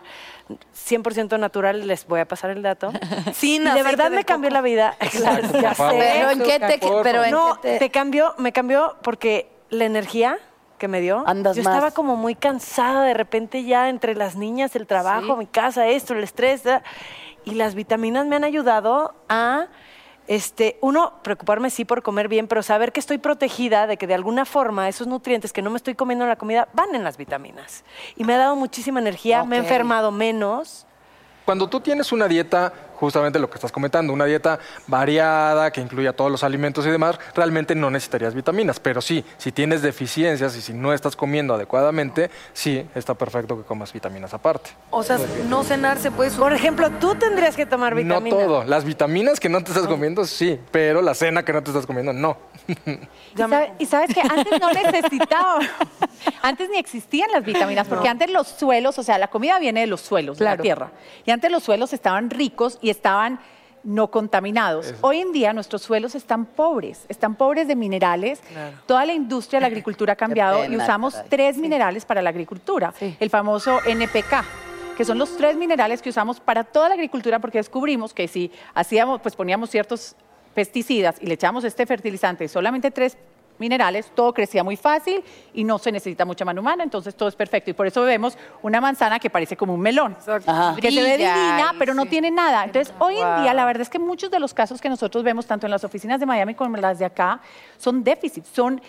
Speaker 3: 100% natural, les voy a pasar el dato.
Speaker 5: Sin
Speaker 3: Y de
Speaker 5: aceite
Speaker 3: verdad
Speaker 5: de
Speaker 3: me cambió la vida. Claro,
Speaker 5: por
Speaker 3: ya sé.
Speaker 5: favor. Pero ¿en qué te- Por pero en
Speaker 3: No,
Speaker 5: qué te-
Speaker 3: te cambió, me cambió porque la energía que me dio,
Speaker 4: Andas
Speaker 3: yo
Speaker 4: más.
Speaker 3: estaba como muy cansada de repente ya entre las niñas, el trabajo, mi casa, esto, el estrés da- y las vitaminas me han ayudado a este, uno, preocuparme sí por comer bien, pero saber que estoy protegida de que de alguna forma esos nutrientes que no me estoy comiendo en la comida van en las vitaminas. Y me ha dado muchísima energía, me he
Speaker 8: Ok.
Speaker 3: enfermado menos.
Speaker 8: Cuando tú tienes una dieta, justamente lo que estás comentando, una dieta variada, que incluya todos los alimentos y demás, realmente no necesitarías vitaminas. Pero sí, si tienes deficiencias y si no estás comiendo adecuadamente, sí, está perfecto que comas vitaminas aparte.
Speaker 5: O sea, no cenar se puede...
Speaker 3: Por ejemplo, tú tendrías que tomar
Speaker 8: No
Speaker 3: vitaminas.
Speaker 8: todo. Las vitaminas que no te estás comiendo, sí, pero la cena que no te estás comiendo, no.
Speaker 9: Y, sabe- y sabes que antes no necesitaba, antes ni existían las vitaminas, porque
Speaker 4: No.
Speaker 9: antes los suelos, o sea, la comida viene de los suelos, de
Speaker 4: Claro.
Speaker 9: la tierra. Y antes los suelos estaban ricos y estaban no contaminados. Hoy en día nuestros suelos están pobres, están pobres de minerales.
Speaker 4: Claro.
Speaker 9: Toda la industria de la agricultura ha cambiado y
Speaker 4: pena,
Speaker 9: usamos
Speaker 4: caray.
Speaker 9: tres minerales para la agricultura, el famoso NPK, que son los tres minerales que usamos para toda la agricultura porque descubrimos que si hacíamos, pues poníamos ciertos pesticidas y le echamos este fertilizante, solamente tres minerales, todo crecía muy fácil y no se necesita mucha mano humana, entonces todo es perfecto. Y por eso vemos una manzana que parece como un melón,
Speaker 4: Ajá.
Speaker 9: que se ve
Speaker 4: Brilla
Speaker 9: divina,
Speaker 4: y
Speaker 9: pero no tiene nada. Entonces, hoy en
Speaker 4: Wow.
Speaker 9: día, la verdad es que muchos de los casos que nosotros vemos, tanto en las oficinas de Miami como en las de acá, son déficits, son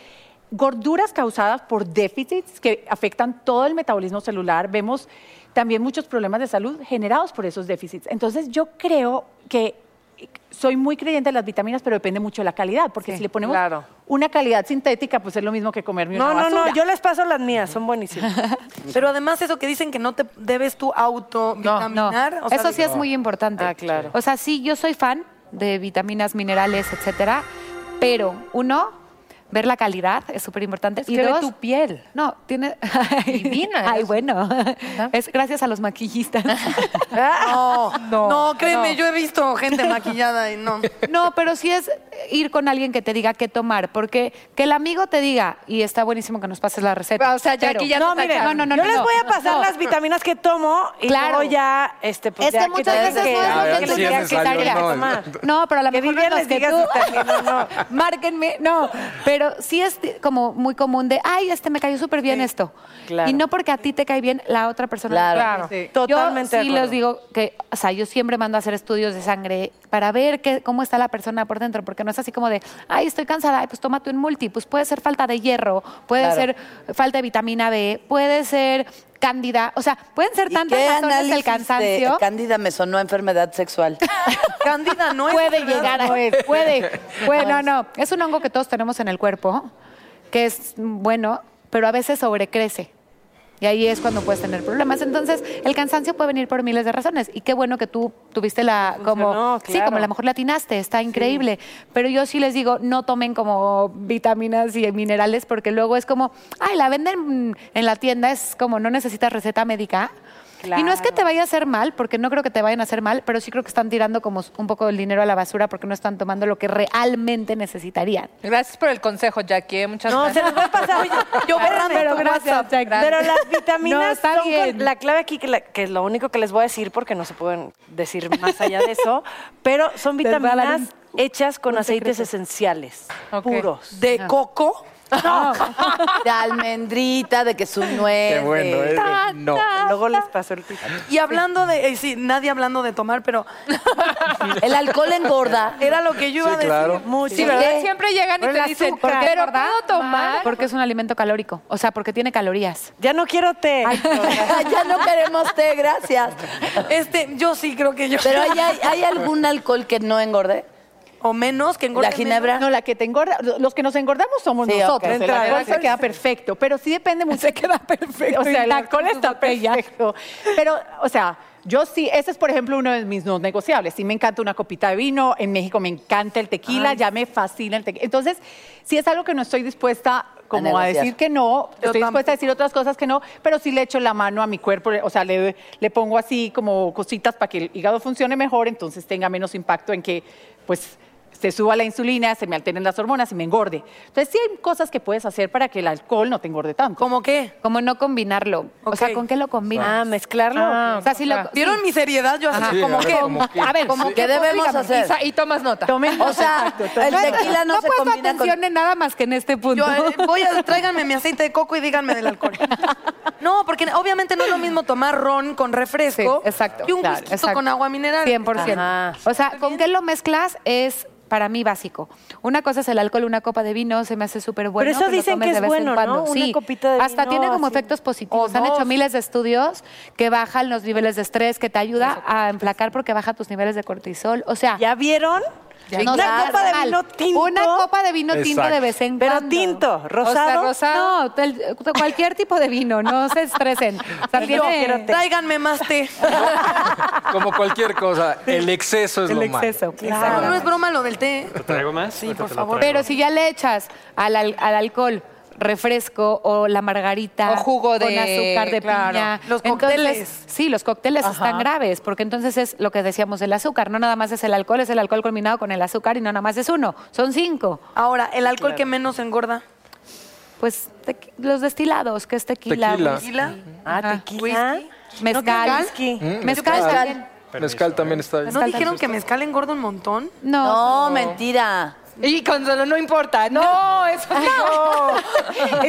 Speaker 9: gorduras causadas por déficits que afectan todo el metabolismo celular. Vemos también muchos problemas de salud generados por esos déficits. Entonces yo creo que soy muy creyente de las vitaminas, pero depende mucho de la calidad, porque si le ponemos
Speaker 3: claro.
Speaker 9: una calidad sintética, pues es lo mismo que comerme
Speaker 5: No,
Speaker 9: una
Speaker 5: no, no,
Speaker 9: basura.
Speaker 5: yo les paso las mías, son buenísimas. Pero además eso que dicen que no te debes tú autovitaminar.
Speaker 7: No,
Speaker 5: o sea,
Speaker 7: eso sí
Speaker 5: digo-
Speaker 7: es muy importante.
Speaker 5: Ah, claro.
Speaker 7: O sea, sí, yo soy fan de vitaminas, minerales, etcétera, pero uno, ver la calidad es súper importante.
Speaker 2: que ve tu
Speaker 7: piel. No, tiene... Divina. Ay, bueno. Es gracias a los maquillistas.
Speaker 2: Ah,
Speaker 5: No,
Speaker 7: no,
Speaker 5: no, créeme,
Speaker 7: no.
Speaker 5: yo he visto gente maquillada y no.
Speaker 7: No, pero sí es ir con alguien que te diga qué tomar, porque que el amigo te diga, y está buenísimo que nos pases la
Speaker 5: Ah,
Speaker 7: receta.
Speaker 2: O sea, ya
Speaker 7: pero-
Speaker 2: aquí ya
Speaker 7: no,
Speaker 2: te
Speaker 7: mire, no,
Speaker 2: tacharon.
Speaker 7: no, no,
Speaker 5: yo
Speaker 7: no,
Speaker 5: les
Speaker 7: no.
Speaker 5: voy a pasar
Speaker 7: No.
Speaker 5: las vitaminas que tomo y
Speaker 7: Claro.
Speaker 5: luego ya, este, pues
Speaker 7: Es que muchas veces no es lo que tú crees que estaría. No, pero a lo
Speaker 5: Que
Speaker 7: mejor no
Speaker 5: Vivian
Speaker 7: es
Speaker 5: les
Speaker 7: que
Speaker 5: diga
Speaker 7: tú.
Speaker 5: sus términos, no.
Speaker 7: Márquenme, no. Pero sí es t- como muy común de, ay, este me cayó súper bien esto.
Speaker 5: claro.
Speaker 7: Y no porque a ti te cae bien, la otra persona. le
Speaker 5: Claro,
Speaker 7: cae bien.
Speaker 5: sí. Totalmente de
Speaker 7: Yo sí les
Speaker 5: acuerdo.
Speaker 7: digo que, o sea, yo siempre mando a hacer estudios de sangre para ver qué, cómo está la persona por dentro, porque no es así como de, ay, estoy cansada, ay, pues tómate un multi. Pues puede ser falta de hierro, puede
Speaker 4: Claro.
Speaker 7: ser falta de vitamina B, puede ser cándida, o sea, pueden ser tantas
Speaker 4: ¿Qué
Speaker 7: razones
Speaker 4: análisis
Speaker 7: del
Speaker 4: de-
Speaker 7: cansancio.
Speaker 4: Cándida me sonó a enfermedad sexual.
Speaker 5: Cándida no es
Speaker 7: puede
Speaker 5: enfermedad,
Speaker 7: llegar a
Speaker 5: no es.
Speaker 7: puede puede no no es un hongo que todos tenemos en el cuerpo que es bueno pero a veces sobrecrece y ahí es cuando puedes tener problemas entonces el cansancio puede venir por miles de razones y qué bueno que tú tuviste la como
Speaker 5: Funcionó,
Speaker 7: sí
Speaker 5: claro.
Speaker 7: como a lo mejor la atinaste está increíble pero yo sí les digo no tomen como vitaminas y minerales porque luego es como ay la venden mm, en la tienda es como no necesitas receta médica y no es que te vaya a hacer mal, porque no creo que te vayan a hacer mal, pero sí creo que están tirando como un poco el dinero a la basura porque no están tomando lo que realmente necesitarían.
Speaker 2: Gracias por el consejo, Jackie. ¿eh? Muchas
Speaker 5: No, se los
Speaker 2: gracias.
Speaker 5: voy a pasar. Oye, yo borrando
Speaker 7: pero
Speaker 5: tu
Speaker 7: gracias,
Speaker 5: WhatsApp.
Speaker 7: Jack.
Speaker 5: Pero las
Speaker 7: No,
Speaker 5: vitaminas
Speaker 7: está
Speaker 5: son con-
Speaker 7: bien.
Speaker 5: la clave aquí, que, la- que es lo único que les voy a decir porque no se pueden decir más allá de eso, pero son
Speaker 7: Les voy a dar
Speaker 5: vitaminas
Speaker 7: un-
Speaker 5: hechas con
Speaker 7: un
Speaker 5: aceites
Speaker 7: secreto. Ah.
Speaker 5: esenciales,
Speaker 2: Ok.
Speaker 5: puros. ¿De coco?
Speaker 4: De almendrita, de que su nuez.
Speaker 8: Qué bueno,
Speaker 4: de-
Speaker 8: ¿eh? No.
Speaker 5: Luego les paso el pico. Y hablando de, eh, sí, nadie hablando de tomar, pero
Speaker 4: El alcohol engorda.
Speaker 5: era lo que yo iba
Speaker 8: Sí,
Speaker 5: a decir.
Speaker 8: claro.
Speaker 5: Mucho.
Speaker 2: Sí, ¿verdad? Siempre llegan y
Speaker 5: Pero
Speaker 2: te
Speaker 5: el
Speaker 2: dicen,
Speaker 5: azúcar,
Speaker 2: pero
Speaker 5: ¿verdad?
Speaker 2: ¿puedo tomar?
Speaker 7: Porque es un alimento calórico, o sea, porque tiene calorías.
Speaker 5: Ya no quiero té.
Speaker 4: ya no queremos té, gracias.
Speaker 5: Este, yo sí creo que yo.
Speaker 4: Pero ¿hay, hay, hay algún alcohol que no engorde?
Speaker 5: o menos que engorde
Speaker 4: La ginebra.
Speaker 5: menos.
Speaker 9: No, la que te engorda, los que nos engordamos somos
Speaker 4: Sí, ok.
Speaker 9: nosotros. El
Speaker 5: Entra,
Speaker 9: alcohol
Speaker 5: gracias.
Speaker 9: se queda perfecto, pero sí depende mucho. Se queda perfecto. O sea, el alcohol está perfecto. Pero, o sea, yo sí, ese es por ejemplo uno de mis no negociables. Sí me encanta una copita de vino, en México me encanta el tequila, ya me fascina el tequila. Entonces, sí es algo que no estoy dispuesta como a,
Speaker 4: negociar.
Speaker 9: decir que no,
Speaker 5: Yo
Speaker 9: estoy
Speaker 5: tampoco.
Speaker 9: dispuesta a decir otras cosas que no, pero sí le echo la mano a mi cuerpo, o sea, le, le pongo así como cositas para que el hígado funcione mejor, entonces tenga menos impacto en que, pues, se suba la insulina, se me alteren las hormonas y me engorde. Entonces, sí hay cosas que puedes hacer para que el alcohol no te engorde tanto.
Speaker 5: ¿Cómo qué?
Speaker 7: Como no combinarlo. O sea,
Speaker 5: Ok.
Speaker 7: ¿con qué lo combinas? Ah,
Speaker 5: Ah, mezclarlo.
Speaker 7: o sea, si lo,
Speaker 5: ¿Vieron mi seriedad? Yo así
Speaker 8: Sí,
Speaker 5: como
Speaker 8: a ver,
Speaker 5: que.
Speaker 8: como que-
Speaker 7: A ver,
Speaker 4: ¿Cómo
Speaker 7: sí.
Speaker 4: qué debemos
Speaker 7: Dígame,
Speaker 4: hacer?
Speaker 2: Y, tomas nota.
Speaker 4: O sea, el tequila no,
Speaker 7: no
Speaker 4: se
Speaker 7: puesto
Speaker 4: combina con...
Speaker 7: atención en nada más que en este punto.
Speaker 5: Yo, eh, voy a, tráiganme mi aceite de coco y díganme del alcohol. No, porque obviamente no es lo mismo tomar ron con refresco
Speaker 7: Sí, exacto.
Speaker 5: que un
Speaker 7: Claro,
Speaker 5: whisky
Speaker 7: exacto.
Speaker 5: con agua mineral.
Speaker 7: 100%.
Speaker 5: Ajá.
Speaker 7: O sea, ¿con qué lo mezclas? Es para mí básico. Una cosa es el alcohol, una copa de vino se me hace súper bueno.
Speaker 5: eso
Speaker 7: lo
Speaker 5: dicen
Speaker 7: tomes
Speaker 5: que
Speaker 7: de
Speaker 5: es
Speaker 7: vez en
Speaker 5: bueno, ¿no?
Speaker 7: cuando.
Speaker 5: Una
Speaker 7: Sí.
Speaker 5: copita de
Speaker 7: Hasta
Speaker 5: vino,
Speaker 7: tiene como
Speaker 5: así.
Speaker 7: efectos positivos.
Speaker 5: O
Speaker 7: Han hecho
Speaker 5: dos.
Speaker 7: miles de estudios que bajan los niveles de estrés, que te ayuda a emplacar porque baja tus niveles de cortisol. O sea,
Speaker 5: ¿Ya vieron?
Speaker 7: no
Speaker 5: una
Speaker 7: está
Speaker 5: copa de
Speaker 7: mal.
Speaker 5: vino tinto.
Speaker 7: Una copa de vino tinto
Speaker 8: Exacto.
Speaker 7: de vez en
Speaker 5: Pero
Speaker 7: cuando.
Speaker 5: tinto, rosado.
Speaker 2: rosado.
Speaker 7: No, tel- cualquier tipo de vino, no se estresen. O sea,
Speaker 5: Y yo,
Speaker 7: tiene-
Speaker 5: tráiganme más té.
Speaker 8: Como cualquier cosa, el exceso es
Speaker 7: el
Speaker 8: lo
Speaker 7: exceso.
Speaker 5: Claro, no es broma lo del té.
Speaker 10: ¿Te traigo más? Sí,
Speaker 5: por favor.
Speaker 7: Pero si ya le echas al, al- al alcohol refresco o la margarita
Speaker 2: O jugo de-
Speaker 7: con azúcar de
Speaker 2: claro.
Speaker 7: piña
Speaker 5: Los
Speaker 7: entonces-
Speaker 5: cócteles.
Speaker 7: sí los cócteles están graves porque entonces es lo que decíamos del azúcar no nada más es el alcohol es el alcohol combinado con el azúcar y no nada más es uno son cinco
Speaker 5: Ahora, el alcohol que menos engorda.
Speaker 7: pues tequi- los destilados que es tequila,
Speaker 8: Tequila. Mm,
Speaker 7: whisky,
Speaker 5: Tequila. Ah, tequila.
Speaker 7: whisky, mezcal
Speaker 5: whisky.
Speaker 7: mezcal
Speaker 8: Mezcal.
Speaker 7: también.
Speaker 8: mal.
Speaker 13: eh.
Speaker 8: Mezcal también está bien.
Speaker 5: Mm, ¿No dijeron que eh, mezcal engorda un montón?
Speaker 7: no
Speaker 4: No, mentira.
Speaker 2: Y Consuelo, no importa. No, eso sí.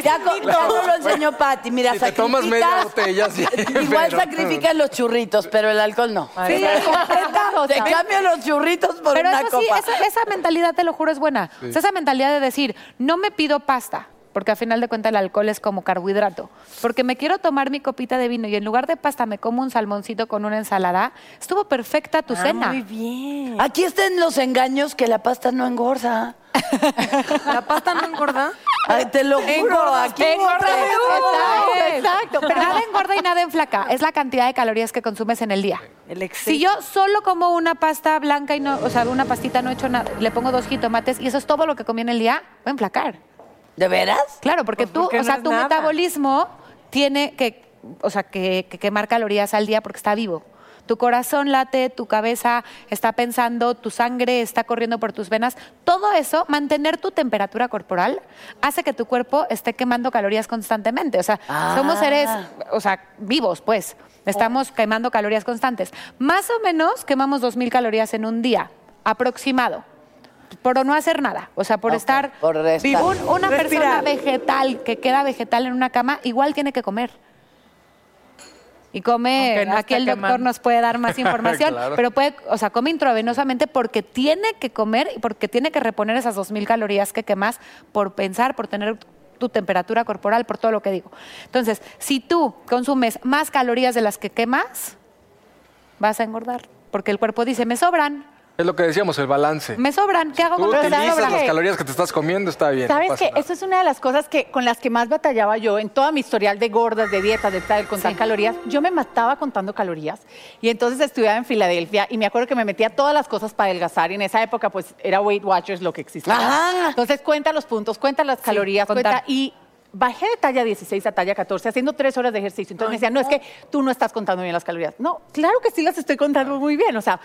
Speaker 4: Ya, co- ya no lo enseñó Patti. Mira,
Speaker 8: Si te tomas
Speaker 4: sacrificas-
Speaker 8: media botella, sí,
Speaker 4: Igual
Speaker 8: pero-
Speaker 4: sacrifican los churritos, pero el alcohol no.
Speaker 7: Sí, completa, o
Speaker 4: Te
Speaker 7: sea.
Speaker 4: cambian los churritos por
Speaker 7: Pero
Speaker 4: una
Speaker 7: eso sí,
Speaker 4: copa.
Speaker 7: esa, esa mentalidad, te lo juro, es buena. O sea, esa mentalidad de decir, no me pido pasta. porque a final de cuentas el alcohol es como carbohidrato. Porque me quiero tomar mi copita de vino y en lugar de pasta me como un salmoncito con una ensalada, estuvo perfecta tu
Speaker 4: Ah,
Speaker 7: cena.
Speaker 4: muy
Speaker 7: bien.
Speaker 4: Aquí están los engaños que la pasta no engorda.
Speaker 5: ¿La pasta no engorda?
Speaker 4: Ay, te lo juro,
Speaker 7: Engorda,
Speaker 4: aquí
Speaker 7: engorda,
Speaker 4: Exacto,
Speaker 7: Exacto, pero nada engorda y nada enflaca. Es la cantidad de calorías que consumes en el día. Si yo solo como una pasta blanca y no, o sea, una pastita no he hecho nada, le pongo dos jitomates y eso es todo lo que comí en el día, voy a enflacar.
Speaker 4: ¿De veras?
Speaker 7: Claro, porque tú,
Speaker 4: ¿por qué
Speaker 7: o
Speaker 4: Pues, no
Speaker 7: sea,
Speaker 4: es
Speaker 7: tu
Speaker 4: nada?
Speaker 7: metabolismo tiene que, o sea, que, que quemar calorías al día porque está vivo. Tu corazón late, tu cabeza está pensando, tu sangre está corriendo por tus venas. Todo eso, mantener tu temperatura corporal, hace que tu cuerpo esté quemando calorías constantemente. O sea,
Speaker 4: Ah.
Speaker 7: somos seres, o sea, vivos, pues.
Speaker 4: Oh.
Speaker 7: Estamos quemando calorías constantes. Más o menos quemamos 2.000 calorías en un día, aproximado. Por no hacer nada, o sea, por estar
Speaker 4: Por restar.
Speaker 7: Vivo un- una persona
Speaker 4: Respirar.
Speaker 7: vegetal que queda vegetal en una cama, igual tiene que comer. Y come,
Speaker 2: Aunque no
Speaker 7: aquí
Speaker 2: esté
Speaker 7: el doctor
Speaker 2: quemando.
Speaker 7: nos puede dar más información,
Speaker 2: Claro.
Speaker 7: pero puede, o sea, come intravenosamente porque tiene que comer y porque tiene que reponer esas 2.000 calorías que quemas por pensar, por tener tu temperatura corporal, por todo lo que digo. Entonces, si tú consumes más calorías de las que quemas, vas a engordar, porque el cuerpo dice, me sobran,
Speaker 8: Es lo que decíamos, el balance.
Speaker 7: me sobran, ¿qué hago
Speaker 8: Tú
Speaker 7: con todo esto?
Speaker 8: utilizas las
Speaker 9: que-
Speaker 8: calorías que te estás comiendo, está bien. no
Speaker 9: ¿Sabes
Speaker 8: pasa
Speaker 9: que
Speaker 8: nada.
Speaker 9: Eso es una de las cosas que con las que más batallaba yo en toda mi historial de gordas, de dietas, de tal, contar calorías. Yo me mataba contando calorías y entonces estudiaba en Filadelfia y me acuerdo que me metía todas las cosas para adelgazar y en esa época pues era Weight Watchers lo que existía. Entonces cuenta los puntos, cuenta las calorías, cuenta
Speaker 7: contar.
Speaker 9: y bajé de talla 16 a talla 14 haciendo tres horas de ejercicio. Entonces me decían, no, es que tú no estás contando bien las calorías. No, claro que sí las estoy contando muy bien. O sea,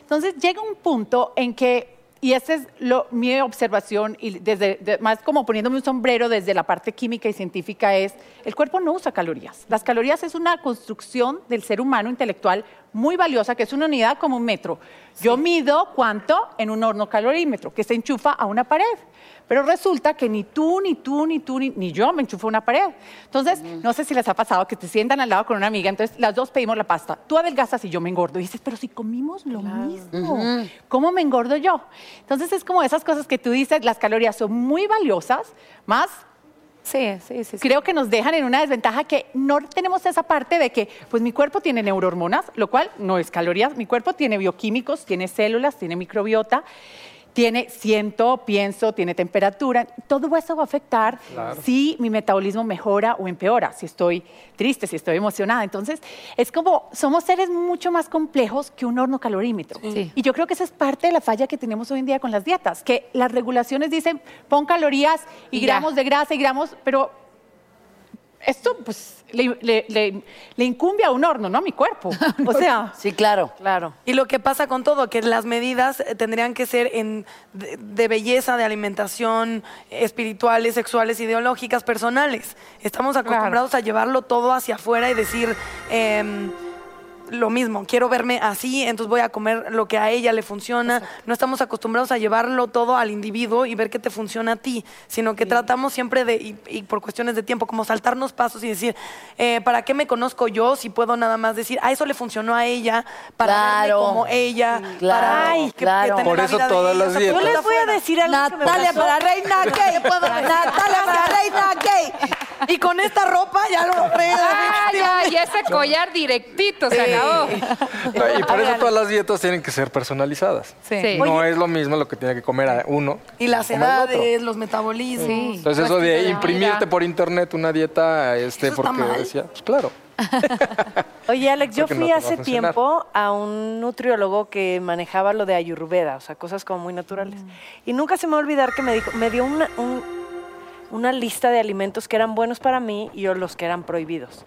Speaker 9: entonces llega un punto en que, y esa es lo, mi observación, y desde, de- más como poniéndome un sombrero desde la parte química y científica, es el cuerpo no usa calorías. Las calorías es una construcción del ser humano intelectual muy valiosa, que es una unidad como un metro. Yo mido cuánto en un horno calorímetro que se enchufa a una pared. Pero resulta que ni tú, ni tú, ni tú, ni, ni yo me enchufo a una pared. Entonces, no sé si les ha pasado que te sientan al lado con una amiga, entonces las dos pedimos la pasta. Tú adelgazas y yo me engordo. Y dices, pero si comimos lo mismo,
Speaker 4: Ujú.
Speaker 9: ¿cómo me engordo yo? Entonces, es como esas cosas que tú dices, las calorías son muy valiosas, más
Speaker 7: Sí, sí, sí.
Speaker 9: Creo que nos dejan en una desventaja que no tenemos esa parte de que, pues mi cuerpo tiene neurohormonas, lo cual no es calorías, mi cuerpo tiene bioquímicos, tiene células, tiene microbiota, tiene siento, pienso, tiene temperatura, todo eso va a afectar
Speaker 10: Claro.
Speaker 9: si mi metabolismo mejora o empeora, si estoy triste, si estoy emocionada. Entonces, es como somos seres mucho más complejos que un horno calorímetro.
Speaker 7: Sí.
Speaker 9: Y yo creo que esa es parte de la falla que tenemos hoy en día con las dietas, que las regulaciones dicen pon calorías y,
Speaker 7: Y ya.
Speaker 9: gramos de grasa y gramos, pero esto pues le, le- le- le incumbe a un horno, ¿no? A mi cuerpo. O sea.
Speaker 4: Sí, claro.
Speaker 5: Claro. Y lo que pasa con todo, que las medidas eh, tendrían que ser en, de, de belleza, de alimentación, eh, espirituales, sexuales, ideológicas, personales. Estamos acostumbrados a llevarlo todo hacia afuera y decir em, lo mismo, quiero verme así, entonces voy a comer lo que a ella le funciona. No estamos acostumbrados a llevarlo todo al individuo y ver qué te funciona a ti, sino que tratamos siempre de, y, y por cuestiones de tiempo, como saltarnos pasos y decir, eh, ¿para qué me conozco yo si puedo nada más decir, a eso le funcionó a ella, para verme
Speaker 4: Claro.
Speaker 5: como ella, para ay, que- que tener
Speaker 8: Por
Speaker 5: la
Speaker 8: eso
Speaker 5: vida de
Speaker 8: todas
Speaker 5: ella".
Speaker 8: las
Speaker 5: O sea,
Speaker 8: dietas.
Speaker 5: todo está afuera.
Speaker 4: Natalia para reina gay. Natalia para reina gay.
Speaker 5: Y con esta ropa ya lo re-
Speaker 2: Ah, ya, ya ese collar directito se acabó.
Speaker 8: No, Y por eso todas las dietas tienen que ser personalizadas.
Speaker 2: Sí. Sí.
Speaker 8: No
Speaker 2: Oye.
Speaker 8: es lo mismo lo que tiene que comer a uno.
Speaker 5: Y las
Speaker 8: como el otro.
Speaker 5: edades, los metabolismos.
Speaker 8: Entonces eso
Speaker 5: Estilo
Speaker 8: de
Speaker 5: vida.
Speaker 8: imprimirte por internet una dieta, este,
Speaker 5: Eso está
Speaker 8: porque
Speaker 5: mal.
Speaker 8: decía, pues claro.
Speaker 3: Oye, Alex, yo
Speaker 8: Porque no
Speaker 3: fui
Speaker 8: te va a
Speaker 3: hace
Speaker 8: funcionar.
Speaker 3: tiempo a un nutriólogo que manejaba lo de ayurveda, o sea, cosas como muy naturales.
Speaker 2: Mm.
Speaker 3: Y nunca se me va a olvidar que me dijo, me dio una, un- una lista de alimentos que eran buenos para mí y yo los que eran prohibidos.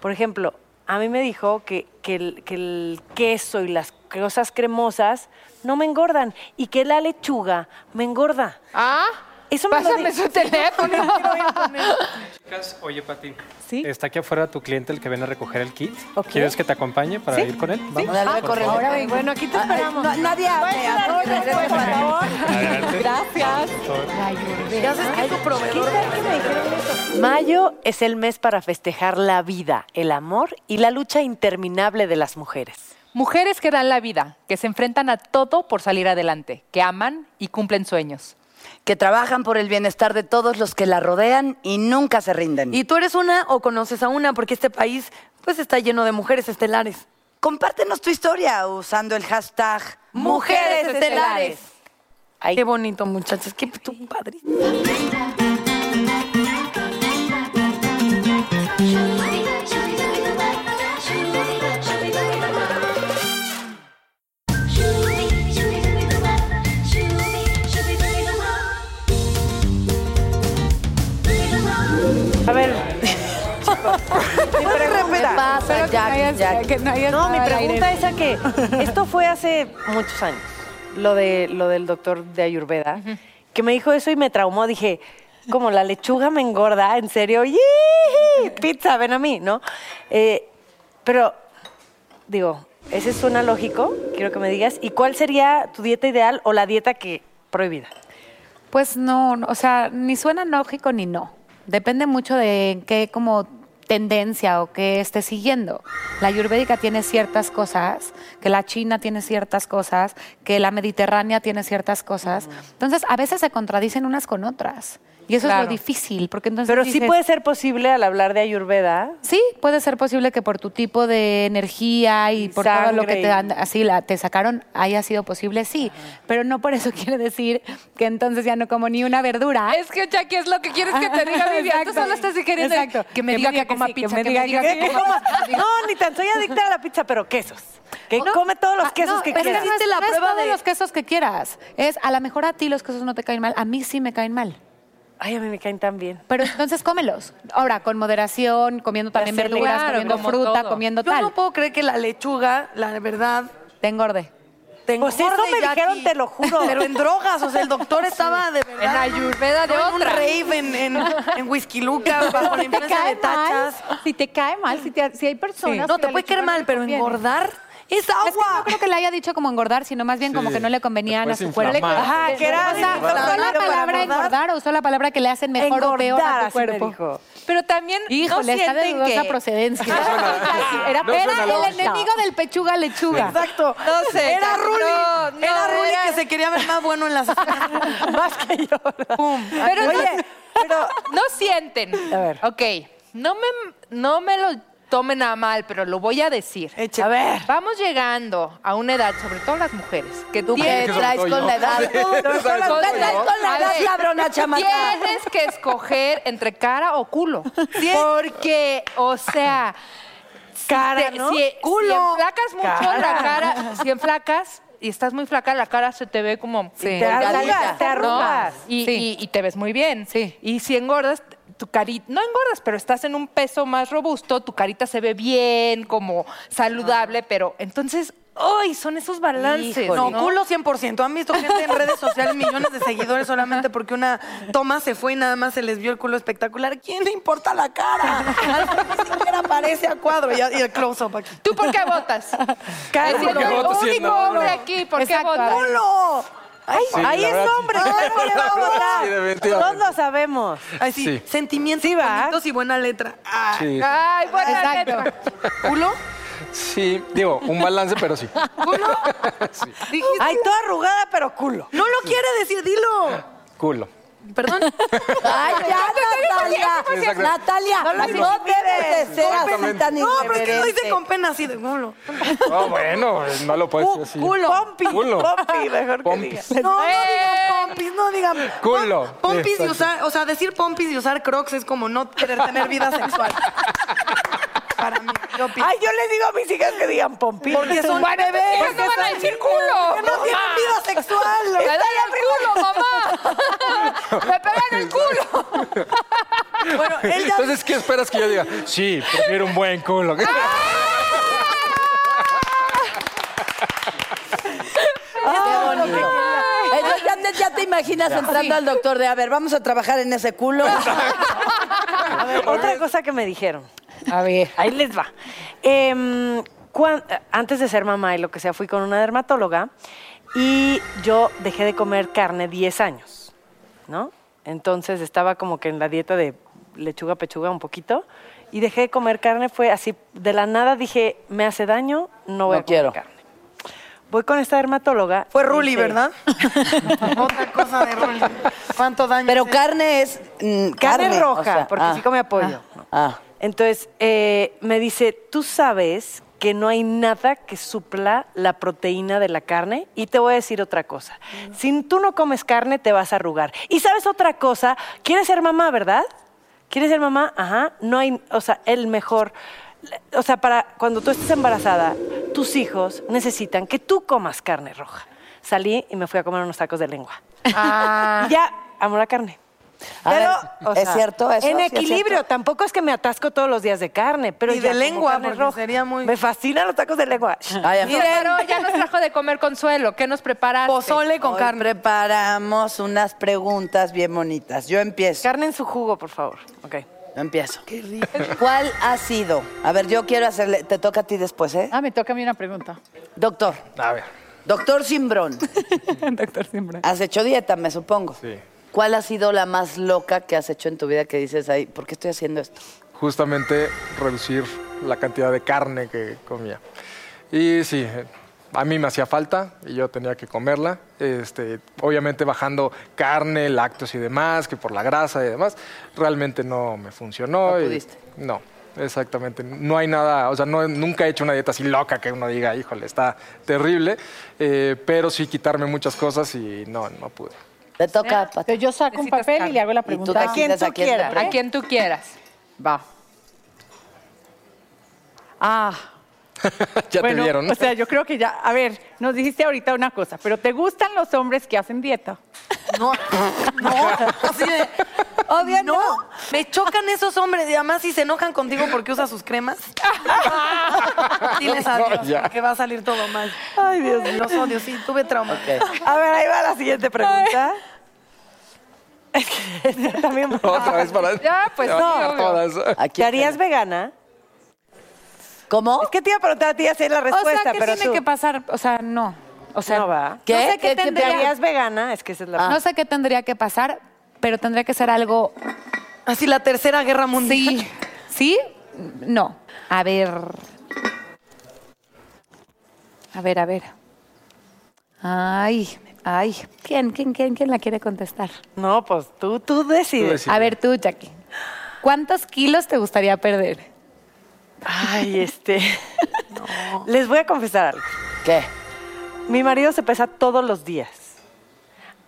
Speaker 3: Por ejemplo, a mí me dijo que, que el, que el queso y las cosas cremosas no me engordan y que la lechuga me engorda.
Speaker 2: Ah,
Speaker 3: eso me lo
Speaker 2: pásame
Speaker 3: di-
Speaker 2: su teléfono.
Speaker 13: Chicas, oye Pati, está aquí afuera tu cliente el que viene a recoger el kit.
Speaker 4: Ok.
Speaker 13: ¿Quieres que te acompañe para ir con él? Vamos.
Speaker 4: Dale, ve
Speaker 13: por
Speaker 4: corriendo.
Speaker 13: favor.
Speaker 4: Bueno, aquí te esperamos. nadie hable. Regresa, por favor.
Speaker 13: Adelante.
Speaker 4: Gracias.
Speaker 5: Ya sabes que es tu proveedor.
Speaker 3: Mayo es el mes para festejar la vida, el amor y la lucha interminable de las mujeres.
Speaker 2: Mujeres que dan la vida, que se enfrentan a todo por salir adelante, que aman y cumplen sueños.
Speaker 4: que trabajan por el bienestar de todos los que la rodean y nunca se rinden.
Speaker 5: ¿Y tú eres una o conoces a una? Porque este país pues está lleno de mujeres estelares.
Speaker 4: Compártenos tu historia usando el hashtag
Speaker 5: Mujeres Estelares. Ay, qué bonito, muchachos. Qué tu padre.
Speaker 3: A ver.
Speaker 4: pasa, Jackie, Jackie?
Speaker 3: No, mi pregunta es a que esto fue hace muchos años, lo, de, lo del doctor de Ayurveda, que me dijo eso y me traumó. Dije, como la lechuga me engorda, en serio, ¡Yii! pizza, ven a mí, ¿no? Eh, pero, digo, ese suena lógico, quiero que me digas. ¿Y cuál sería tu dieta ideal o la dieta que prohibida?
Speaker 7: Pues no, no, o sea, ni suena lógico ni no. Depende mucho de en qué como tendencia o qué esté siguiendo. La ayurvédica tiene ciertas cosas, que la china tiene ciertas cosas, que la mediterránea tiene ciertas cosas. Entonces, a veces se contradicen unas con otras. Y eso es
Speaker 3: Claro.
Speaker 7: lo difícil, porque entonces
Speaker 3: Pero sí
Speaker 7: dices-
Speaker 3: puede ser posible al hablar de Ayurveda.
Speaker 7: Sí, puede ser posible que por tu tipo de energía y por todo lo
Speaker 3: sangre
Speaker 7: que
Speaker 3: y-
Speaker 7: te dan, así la, te sacaron, haya sido posible, sí. Pero no por eso quiere decir que entonces ya no como ni una verdura.
Speaker 2: Es que Jackie es lo que quieres que te diga, Vivian. Tú solo estás queriendo
Speaker 7: Exacto.
Speaker 2: que me diga que coma
Speaker 7: sí,
Speaker 2: pizza,
Speaker 7: me diga que sí.
Speaker 3: No, ni tan soy adicta a la pizza, pero quesos. Que come todos los quesos
Speaker 7: No,
Speaker 3: que
Speaker 7: pero
Speaker 3: quieras.
Speaker 7: no es- no es todos los quesos que quieras. Es, a lo mejor a ti los quesos no te caen mal, a mí sí me caen mal.
Speaker 3: Ay, a mí me caen tan bien.
Speaker 7: Pero entonces cómelos. Ahora, con moderación, comiendo también
Speaker 5: Hacerle-
Speaker 7: verduras,
Speaker 5: Claro,
Speaker 7: comiendo
Speaker 5: como
Speaker 7: fruta,
Speaker 5: todo.
Speaker 7: comiendo
Speaker 5: Yo
Speaker 7: tal.
Speaker 5: no puedo creer que la lechuga, la verdad,
Speaker 7: te engorde.
Speaker 5: Te
Speaker 3: Pues eso
Speaker 5: engorde,
Speaker 3: me
Speaker 5: Jackie.
Speaker 3: dijeron, te lo juro.
Speaker 5: Pero en drogas, o sea, el doctor estaba de verdad.
Speaker 2: En Ayurveda de
Speaker 5: no, En un
Speaker 2: otra.
Speaker 5: rave, en, en, en Whisky Luca, bajo la
Speaker 9: Si te
Speaker 5: influencia de
Speaker 9: cae mal,
Speaker 5: tachas.
Speaker 9: si te cae mal, si, te- si hay personas...
Speaker 5: No,
Speaker 9: que
Speaker 5: te
Speaker 9: la
Speaker 5: puede caer
Speaker 9: lechuga no
Speaker 5: mal,
Speaker 9: le
Speaker 5: pero
Speaker 9: conviene.
Speaker 5: engordar es agua.
Speaker 7: Es que no creo que le haya dicho como engordar, sino más bien como
Speaker 5: Sí,
Speaker 7: que no le convenían a
Speaker 5: puedes
Speaker 7: su cuerpo.
Speaker 5: inflamar. Ajá, que era
Speaker 7: O sea,
Speaker 5: inflamar.
Speaker 7: usó la
Speaker 5: Para
Speaker 7: palabra
Speaker 5: engordar.
Speaker 7: engordar o usó la palabra que le hacen mejor o peor
Speaker 5: Engordar,
Speaker 7: a tu
Speaker 5: así me
Speaker 7: cuerpo.
Speaker 5: dijo.
Speaker 2: Pero también
Speaker 7: Híjole,
Speaker 2: no
Speaker 7: está de
Speaker 2: sienten
Speaker 7: dudosa
Speaker 2: que-
Speaker 7: procedencia. era
Speaker 2: no suena
Speaker 7: era el
Speaker 2: lógico.
Speaker 7: enemigo del pechuga lechuga.
Speaker 5: Exacto.
Speaker 2: No sé.
Speaker 5: Era
Speaker 2: no,
Speaker 5: Ruli.
Speaker 2: no,
Speaker 5: era Ruli
Speaker 2: era-
Speaker 5: que se quería ver más bueno en las Más que yo. Pum.
Speaker 2: Pero
Speaker 5: Oye,
Speaker 2: no, no sienten. A ver. Ok, no me, no me lo tomen a mal, pero lo voy a decir.
Speaker 5: A ver.
Speaker 2: Vamos llegando a una edad, sobre todo las mujeres, que tú
Speaker 4: crees que sobre traes todo con yo? la edad? Sí, Tú, sobre todo sobre las- todo ¿qué traes yo? con la edad, cabrona chamaca?
Speaker 2: Tienes que escoger entre cara o culo. Porque, o sea... si
Speaker 5: Cara,
Speaker 2: te-
Speaker 5: ¿no?
Speaker 2: Si, si
Speaker 5: Culo.
Speaker 2: enflacas mucho la
Speaker 5: Cara.
Speaker 2: cara, si enflacas y estás muy flaca, la cara se te ve como...
Speaker 5: Sí. Te arrugas,
Speaker 2: delgadita,
Speaker 5: te
Speaker 2: ¿no?
Speaker 5: arrugas.
Speaker 2: Y,
Speaker 5: Sí.
Speaker 2: y- y te ves muy bien. Y si engordas, tu carita, no engordas, pero estás en un peso más robusto, tu carita se ve bien, como saludable, pero entonces, ¡ay! Son esos balances.
Speaker 5: No,
Speaker 2: ¿no?
Speaker 5: culo 100%. Han visto gente en redes sociales, millones de seguidores solamente porque una toma se fue y nada más se les vio el culo espectacular. ¿Quién le importa la cara? Ni siquiera aparece a cuadro y, y el close-up aquí.
Speaker 2: ¿Tú por qué votas?
Speaker 5: Cara,
Speaker 2: Decir,
Speaker 5: porque
Speaker 2: el
Speaker 5: voto sí es
Speaker 2: único
Speaker 5: no,
Speaker 2: hombre
Speaker 5: no.
Speaker 2: aquí, ¿por
Speaker 5: Exacto,
Speaker 2: qué votas?
Speaker 5: ¡Culo! Ay,
Speaker 8: Sí,
Speaker 5: ahí
Speaker 8: la
Speaker 5: es
Speaker 8: verdad, sí.
Speaker 5: hombre, ¿cómo le va a
Speaker 8: Sí,
Speaker 5: votar?
Speaker 8: definitivamente.
Speaker 3: Lo sabemos.
Speaker 5: Ay, sí.
Speaker 8: Sí.
Speaker 5: Sentimientos bonitos y buena letra. Ah.
Speaker 8: Sí.
Speaker 2: Ay, buena
Speaker 5: Exacto. ¿Culo?
Speaker 8: Sí, digo, un balance, pero sí.
Speaker 5: ¿Culo? Ay, toda arrugada, pero culo. No lo quiere decir, dilo.
Speaker 8: Culo.
Speaker 5: Perdón.
Speaker 4: Ay, ya, Natalia.
Speaker 8: Exacto.
Speaker 4: Natalia,
Speaker 5: No
Speaker 4: no,
Speaker 5: lo
Speaker 4: debes de ser así
Speaker 8: Exactamente.
Speaker 4: tan
Speaker 5: No, pero es que lo
Speaker 4: irreverente.
Speaker 5: dice con pena así de culo.
Speaker 8: No, bueno, no lo puedes decir así.
Speaker 5: Culo. Pompi.
Speaker 8: Culo.
Speaker 5: Pompi, mejor que diga.
Speaker 8: Pompis.
Speaker 5: No, no digan pompis, no digan.
Speaker 8: Culo.
Speaker 5: Pom- Pompis y
Speaker 8: Exacto.
Speaker 5: usar, o sea, decir pompis y usar crocs es como no querer tener vida sexual. Para mí, yo Ay, yo les digo a mis hijas que digan pompis. Porque son
Speaker 2: Bueno,
Speaker 5: bebés.
Speaker 2: tus hijas no
Speaker 5: porque
Speaker 2: van a
Speaker 5: son-
Speaker 2: decir culo.
Speaker 5: que No tienen vida sexual.
Speaker 2: ¡Me dan el culo, mamá! ¡Me pegan el culo!
Speaker 5: Bueno, él ya
Speaker 8: Entonces, ¿qué esperas que yo diga? Sí, prefiero un buen culo.
Speaker 5: Ah.
Speaker 4: Qué bonito. Entonces, ya, te- ya te imaginas entrando al doctor de, a ver, vamos a trabajar en ese culo.
Speaker 3: A ver, otra cosa que me dijeron.
Speaker 7: A ver.
Speaker 3: Ahí les va. Em, cuan- antes de ser mamá y lo que sea, fui con una dermatóloga y yo dejé de comer carne 10 años, ¿no? Entonces estaba como que en la dieta de lechuga, pechuga un poquito y dejé de comer carne. Fue así, de la nada dije, me hace daño, no voy
Speaker 4: No
Speaker 3: a comer
Speaker 4: quiero.
Speaker 3: carne. Voy con esta dermatóloga.
Speaker 5: Fue Ruli,
Speaker 3: Dice,
Speaker 5: ¿verdad? Otra cosa de Ruli. ¿Cuánto daño?
Speaker 4: Pero carne es. mm,
Speaker 3: carne,
Speaker 4: carne,
Speaker 3: roja,
Speaker 4: o sea,
Speaker 3: porque
Speaker 4: ah,
Speaker 3: sí come apoyo.
Speaker 4: Ah.
Speaker 3: Entonces, eh, me dice, tú sabes que no hay nada que supla la proteína de la carne y te voy a decir otra cosa. Si tú no comes carne, te vas a arrugar. Y sabes otra cosa, quieres ser mamá, ¿verdad? ¿Quieres ser mamá? Ajá. No hay, o sea, el mejor. O sea, para cuando tú estés embarazada, tus hijos necesitan que tú comas carne roja. Salí y me fui a comer unos tacos de lengua. Y ya, amo la carne.
Speaker 4: A ver, ¿es cierto eso?
Speaker 3: En
Speaker 4: ¿Sí es
Speaker 3: equilibrio,
Speaker 4: cierto?
Speaker 3: tampoco es que me atasco todos los días de carne, pero
Speaker 5: Y
Speaker 3: ya
Speaker 5: de
Speaker 3: como
Speaker 5: lengua,
Speaker 3: carne
Speaker 5: porque
Speaker 3: roja.
Speaker 5: sería muy...
Speaker 3: Me fascinan los tacos de lengua.
Speaker 4: Ay,
Speaker 2: Nos preparó- ya nos trajo de comer consuelo. ¿Qué nos preparaste?
Speaker 4: Hoy Preparamos unas preguntas bien bonitas. Yo empiezo.
Speaker 3: Carne en su jugo, por favor. Ok.
Speaker 4: Yo empiezo. Qué rico. ¿Cuál ha sido? A ver, yo quiero hacerle. Te toca a ti después, ¿eh?
Speaker 9: Ah, me toca a mí una pregunta.
Speaker 4: Doctor.
Speaker 8: A ver.
Speaker 4: Doctor Simbrón.
Speaker 9: Doctor Simbra.
Speaker 4: Has hecho dieta, me supongo.
Speaker 8: Sí.
Speaker 4: ¿Cuál ha sido la más loca que has hecho en tu vida que dices ahí, ¿por qué estoy haciendo esto?
Speaker 8: justamente reducir la cantidad de carne que comía. Y sí, eh, a mí me hacía falta y yo tenía que comerla. Este, obviamente bajando carne, lácteos y demás, que por la grasa y demás, realmente no me funcionó.
Speaker 4: No
Speaker 8: y-
Speaker 4: pudiste.
Speaker 8: no, exactamente. No hay nada, o sea, no- nunca he hecho una dieta así loca que uno diga, híjole, está terrible, eh, pero sí quitarme muchas cosas y no, no pude.
Speaker 4: Te toca, Pati.
Speaker 9: Yo saco un papel y le hago la pregunta.
Speaker 4: decides a quién le
Speaker 2: A
Speaker 4: preguntas.
Speaker 2: quien tú quieras.
Speaker 9: Va. Ah.
Speaker 8: ya te
Speaker 9: bueno,
Speaker 8: vieron.
Speaker 9: O sea, yo creo que ya. A ver, nos dijiste ahorita una cosa, pero ¿te gustan los hombres que hacen dieta?
Speaker 5: No, no. Así de, obvio no. Me chocan esos hombres. Y además, si se enojan contigo porque usas sus cremas,
Speaker 2: Ah.
Speaker 5: diles adiós,
Speaker 8: No, ya.
Speaker 5: porque va a salir todo mal. Ay, Dios mío. Los odio, sí, tuve trauma.
Speaker 4: Ok.
Speaker 5: A ver, ahí va la siguiente pregunta. Es que también...
Speaker 8: Otra vez para...
Speaker 2: Ya, pues
Speaker 8: ya van a
Speaker 2: sí,
Speaker 8: estar
Speaker 2: obvio.
Speaker 8: todas.
Speaker 4: ¿A
Speaker 3: ¿Te
Speaker 4: quién
Speaker 3: harías vegana?
Speaker 4: ¿Cómo?
Speaker 5: Es que te iba a preguntar a ti hacer la
Speaker 7: O
Speaker 5: respuesta,
Speaker 7: sea, ¿qué
Speaker 5: pero
Speaker 7: tiene
Speaker 5: tú...
Speaker 7: que pasar? O sea, no. O sea,
Speaker 3: No va.
Speaker 4: ¿Qué?
Speaker 7: no sé qué,
Speaker 4: ¿Qué- qué
Speaker 7: tendría, Ah.
Speaker 3: ¿Te harías vegana? Es que esa es
Speaker 5: Ah.
Speaker 3: la...
Speaker 7: no sé qué tendría que pasar, pero tendría que ser algo.
Speaker 5: Así Ah, la Tercera Guerra Mundial.
Speaker 7: Sí. ¿Sí? No. A ver. A ver, a ver. Ay, ay. ¿Quién, quién, quién, quién la quiere contestar?
Speaker 3: No, pues tú, tú decides.
Speaker 8: Tú decides. Sí.
Speaker 7: A ver, tú, Jackie. ¿Cuántos kilos te gustaría perder?
Speaker 3: Ay, este... Les voy a confesar algo.
Speaker 4: ¿Qué?
Speaker 3: Mi marido se pesa todos los días.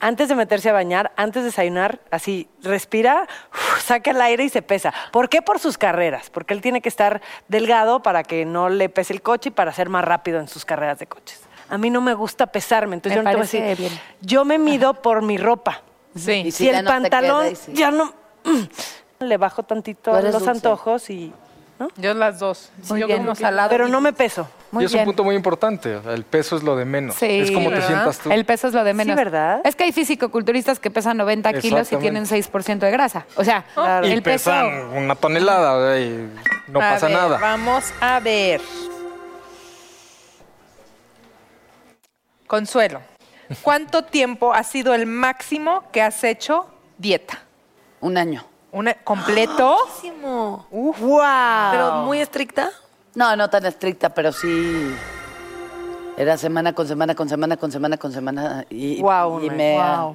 Speaker 3: Antes de meterse a bañar, antes de desayunar, así respira, uf, saca el aire y se pesa. ¿Por qué? Por sus carreras. Porque él tiene que estar delgado para que no le pese el coche y para ser más rápido en sus carreras de coches. A mí no me gusta pesarme, entonces
Speaker 7: Me
Speaker 3: yo no te voy a
Speaker 7: parece
Speaker 3: decir.
Speaker 7: bien.
Speaker 3: Yo me mido por mi ropa.
Speaker 2: Sí.
Speaker 4: Y
Speaker 3: Si,
Speaker 4: si ya
Speaker 3: el
Speaker 4: no te
Speaker 3: pantalón
Speaker 4: queda y si-
Speaker 3: ya no. mm, Le bajo tantito
Speaker 4: Tú
Speaker 3: los
Speaker 4: eres dulce.
Speaker 3: antojos y. ¿no?
Speaker 2: Yo las dos.
Speaker 7: Muy
Speaker 2: yo
Speaker 7: bien.
Speaker 2: como salado.
Speaker 3: Pero no me peso.
Speaker 7: Muy
Speaker 8: y es
Speaker 7: bien.
Speaker 8: un punto muy importante. o sea, El peso es lo de menos.
Speaker 7: Sí,
Speaker 8: es como
Speaker 7: ¿verdad?
Speaker 8: te sientas tú.
Speaker 7: El peso es lo de menos.
Speaker 3: ¿verdad?
Speaker 7: Es que hay fisicoculturistas que pesan 90 kilos y
Speaker 8: Exactamente.
Speaker 7: tienen 6% de grasa. O sea,
Speaker 5: Ah.
Speaker 8: y
Speaker 7: el peso.
Speaker 8: pesan una tonelada o sea, y no
Speaker 2: A
Speaker 8: pasa
Speaker 2: ver,
Speaker 8: nada.
Speaker 2: Vamos a ver. Consuelo, ¿cuánto tiempo ha sido el máximo que has hecho dieta?
Speaker 4: Un año.
Speaker 2: ¿Una completo?
Speaker 3: ¡Wow!
Speaker 5: Pero muy estricta.
Speaker 4: No, no tan estricta, pero sí. Era semana con semana, con semana, con semana, con semana. Y,
Speaker 3: Guau,
Speaker 4: y
Speaker 3: Nel.
Speaker 4: me.
Speaker 3: Guau.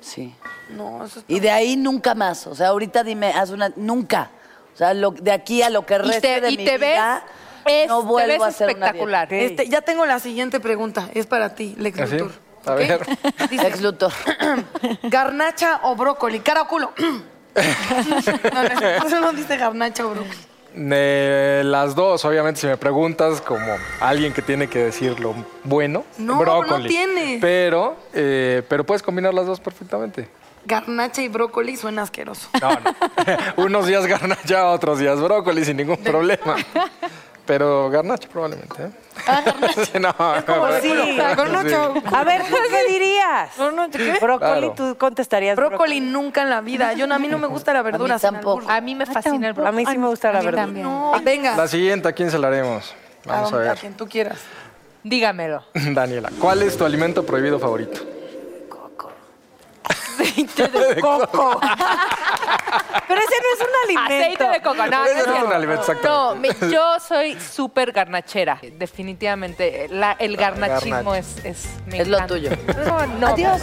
Speaker 4: Sí.
Speaker 5: No, eso es...
Speaker 4: Y de ahí nunca más. O sea, ahorita dime, haz una. Nunca. O sea, lo- de aquí a lo que
Speaker 2: Y
Speaker 4: reste
Speaker 2: te,
Speaker 4: de
Speaker 2: y
Speaker 4: mi
Speaker 2: te ves,
Speaker 4: vida,
Speaker 2: es-
Speaker 4: no
Speaker 2: te
Speaker 4: vuelvo
Speaker 2: ves
Speaker 4: a hacer una dieta.
Speaker 2: espectacular.
Speaker 5: Este, ya tengo la siguiente pregunta. Es para ti, Lex
Speaker 8: ¿Así?
Speaker 5: Luthor.
Speaker 8: ¿Ah, A
Speaker 5: ¿ok?
Speaker 8: ver.
Speaker 5: Dice,
Speaker 4: Ex Luthor.
Speaker 5: ¿Garnacha o brócoli? Cara o culo. no, no, por eso no dice garnacha o brócoli.
Speaker 8: Eh, las dos, obviamente, si me preguntas como alguien que tiene que decir lo bueno,
Speaker 5: No,
Speaker 8: brócoli.
Speaker 5: no tiene.
Speaker 8: Pero, eh, pero puedes combinar las dos perfectamente.
Speaker 5: Garnacha y brócoli suena asqueroso.
Speaker 8: No, no. Unos días garnacha, otros días brócoli sin ningún problema. Pero garnacha probablemente. ¿eh? Sí, no,
Speaker 3: como
Speaker 8: no,
Speaker 3: sí,
Speaker 8: no,
Speaker 5: garnacha.
Speaker 8: sí.
Speaker 3: A ver, ¿tú qué dirías?
Speaker 5: No, no, ¿qué?
Speaker 3: Brócoli,
Speaker 8: Claro.
Speaker 3: tú contestarías
Speaker 5: Brócoli nunca en la vida. Yo, a mí no me gusta la verdura. sin
Speaker 4: tampoco.
Speaker 5: albur.
Speaker 2: A mí me fascina el
Speaker 3: A mí sí me gusta la verdad.
Speaker 7: también.
Speaker 5: No, venga.
Speaker 8: La siguiente, ¿a quién se la haremos? Vamos a
Speaker 5: a,
Speaker 8: ver.
Speaker 5: quien tú quieras.
Speaker 2: Dígamelo.
Speaker 8: Daniela, ¿cuál es tu alimento prohibido favorito?
Speaker 5: Aceite de coco. Pero ese no es un alimento.
Speaker 2: Aceite de coco, no, no,
Speaker 8: Ese no es
Speaker 2: cierto.
Speaker 8: un alimento, exactamente.
Speaker 2: No, mi- yo soy súper garnachera, definitivamente. La- el garnachismo
Speaker 8: garnacha.
Speaker 2: es, es, me
Speaker 8: Es lo
Speaker 2: encanta.
Speaker 8: tuyo.
Speaker 2: No, no.
Speaker 4: Adiós.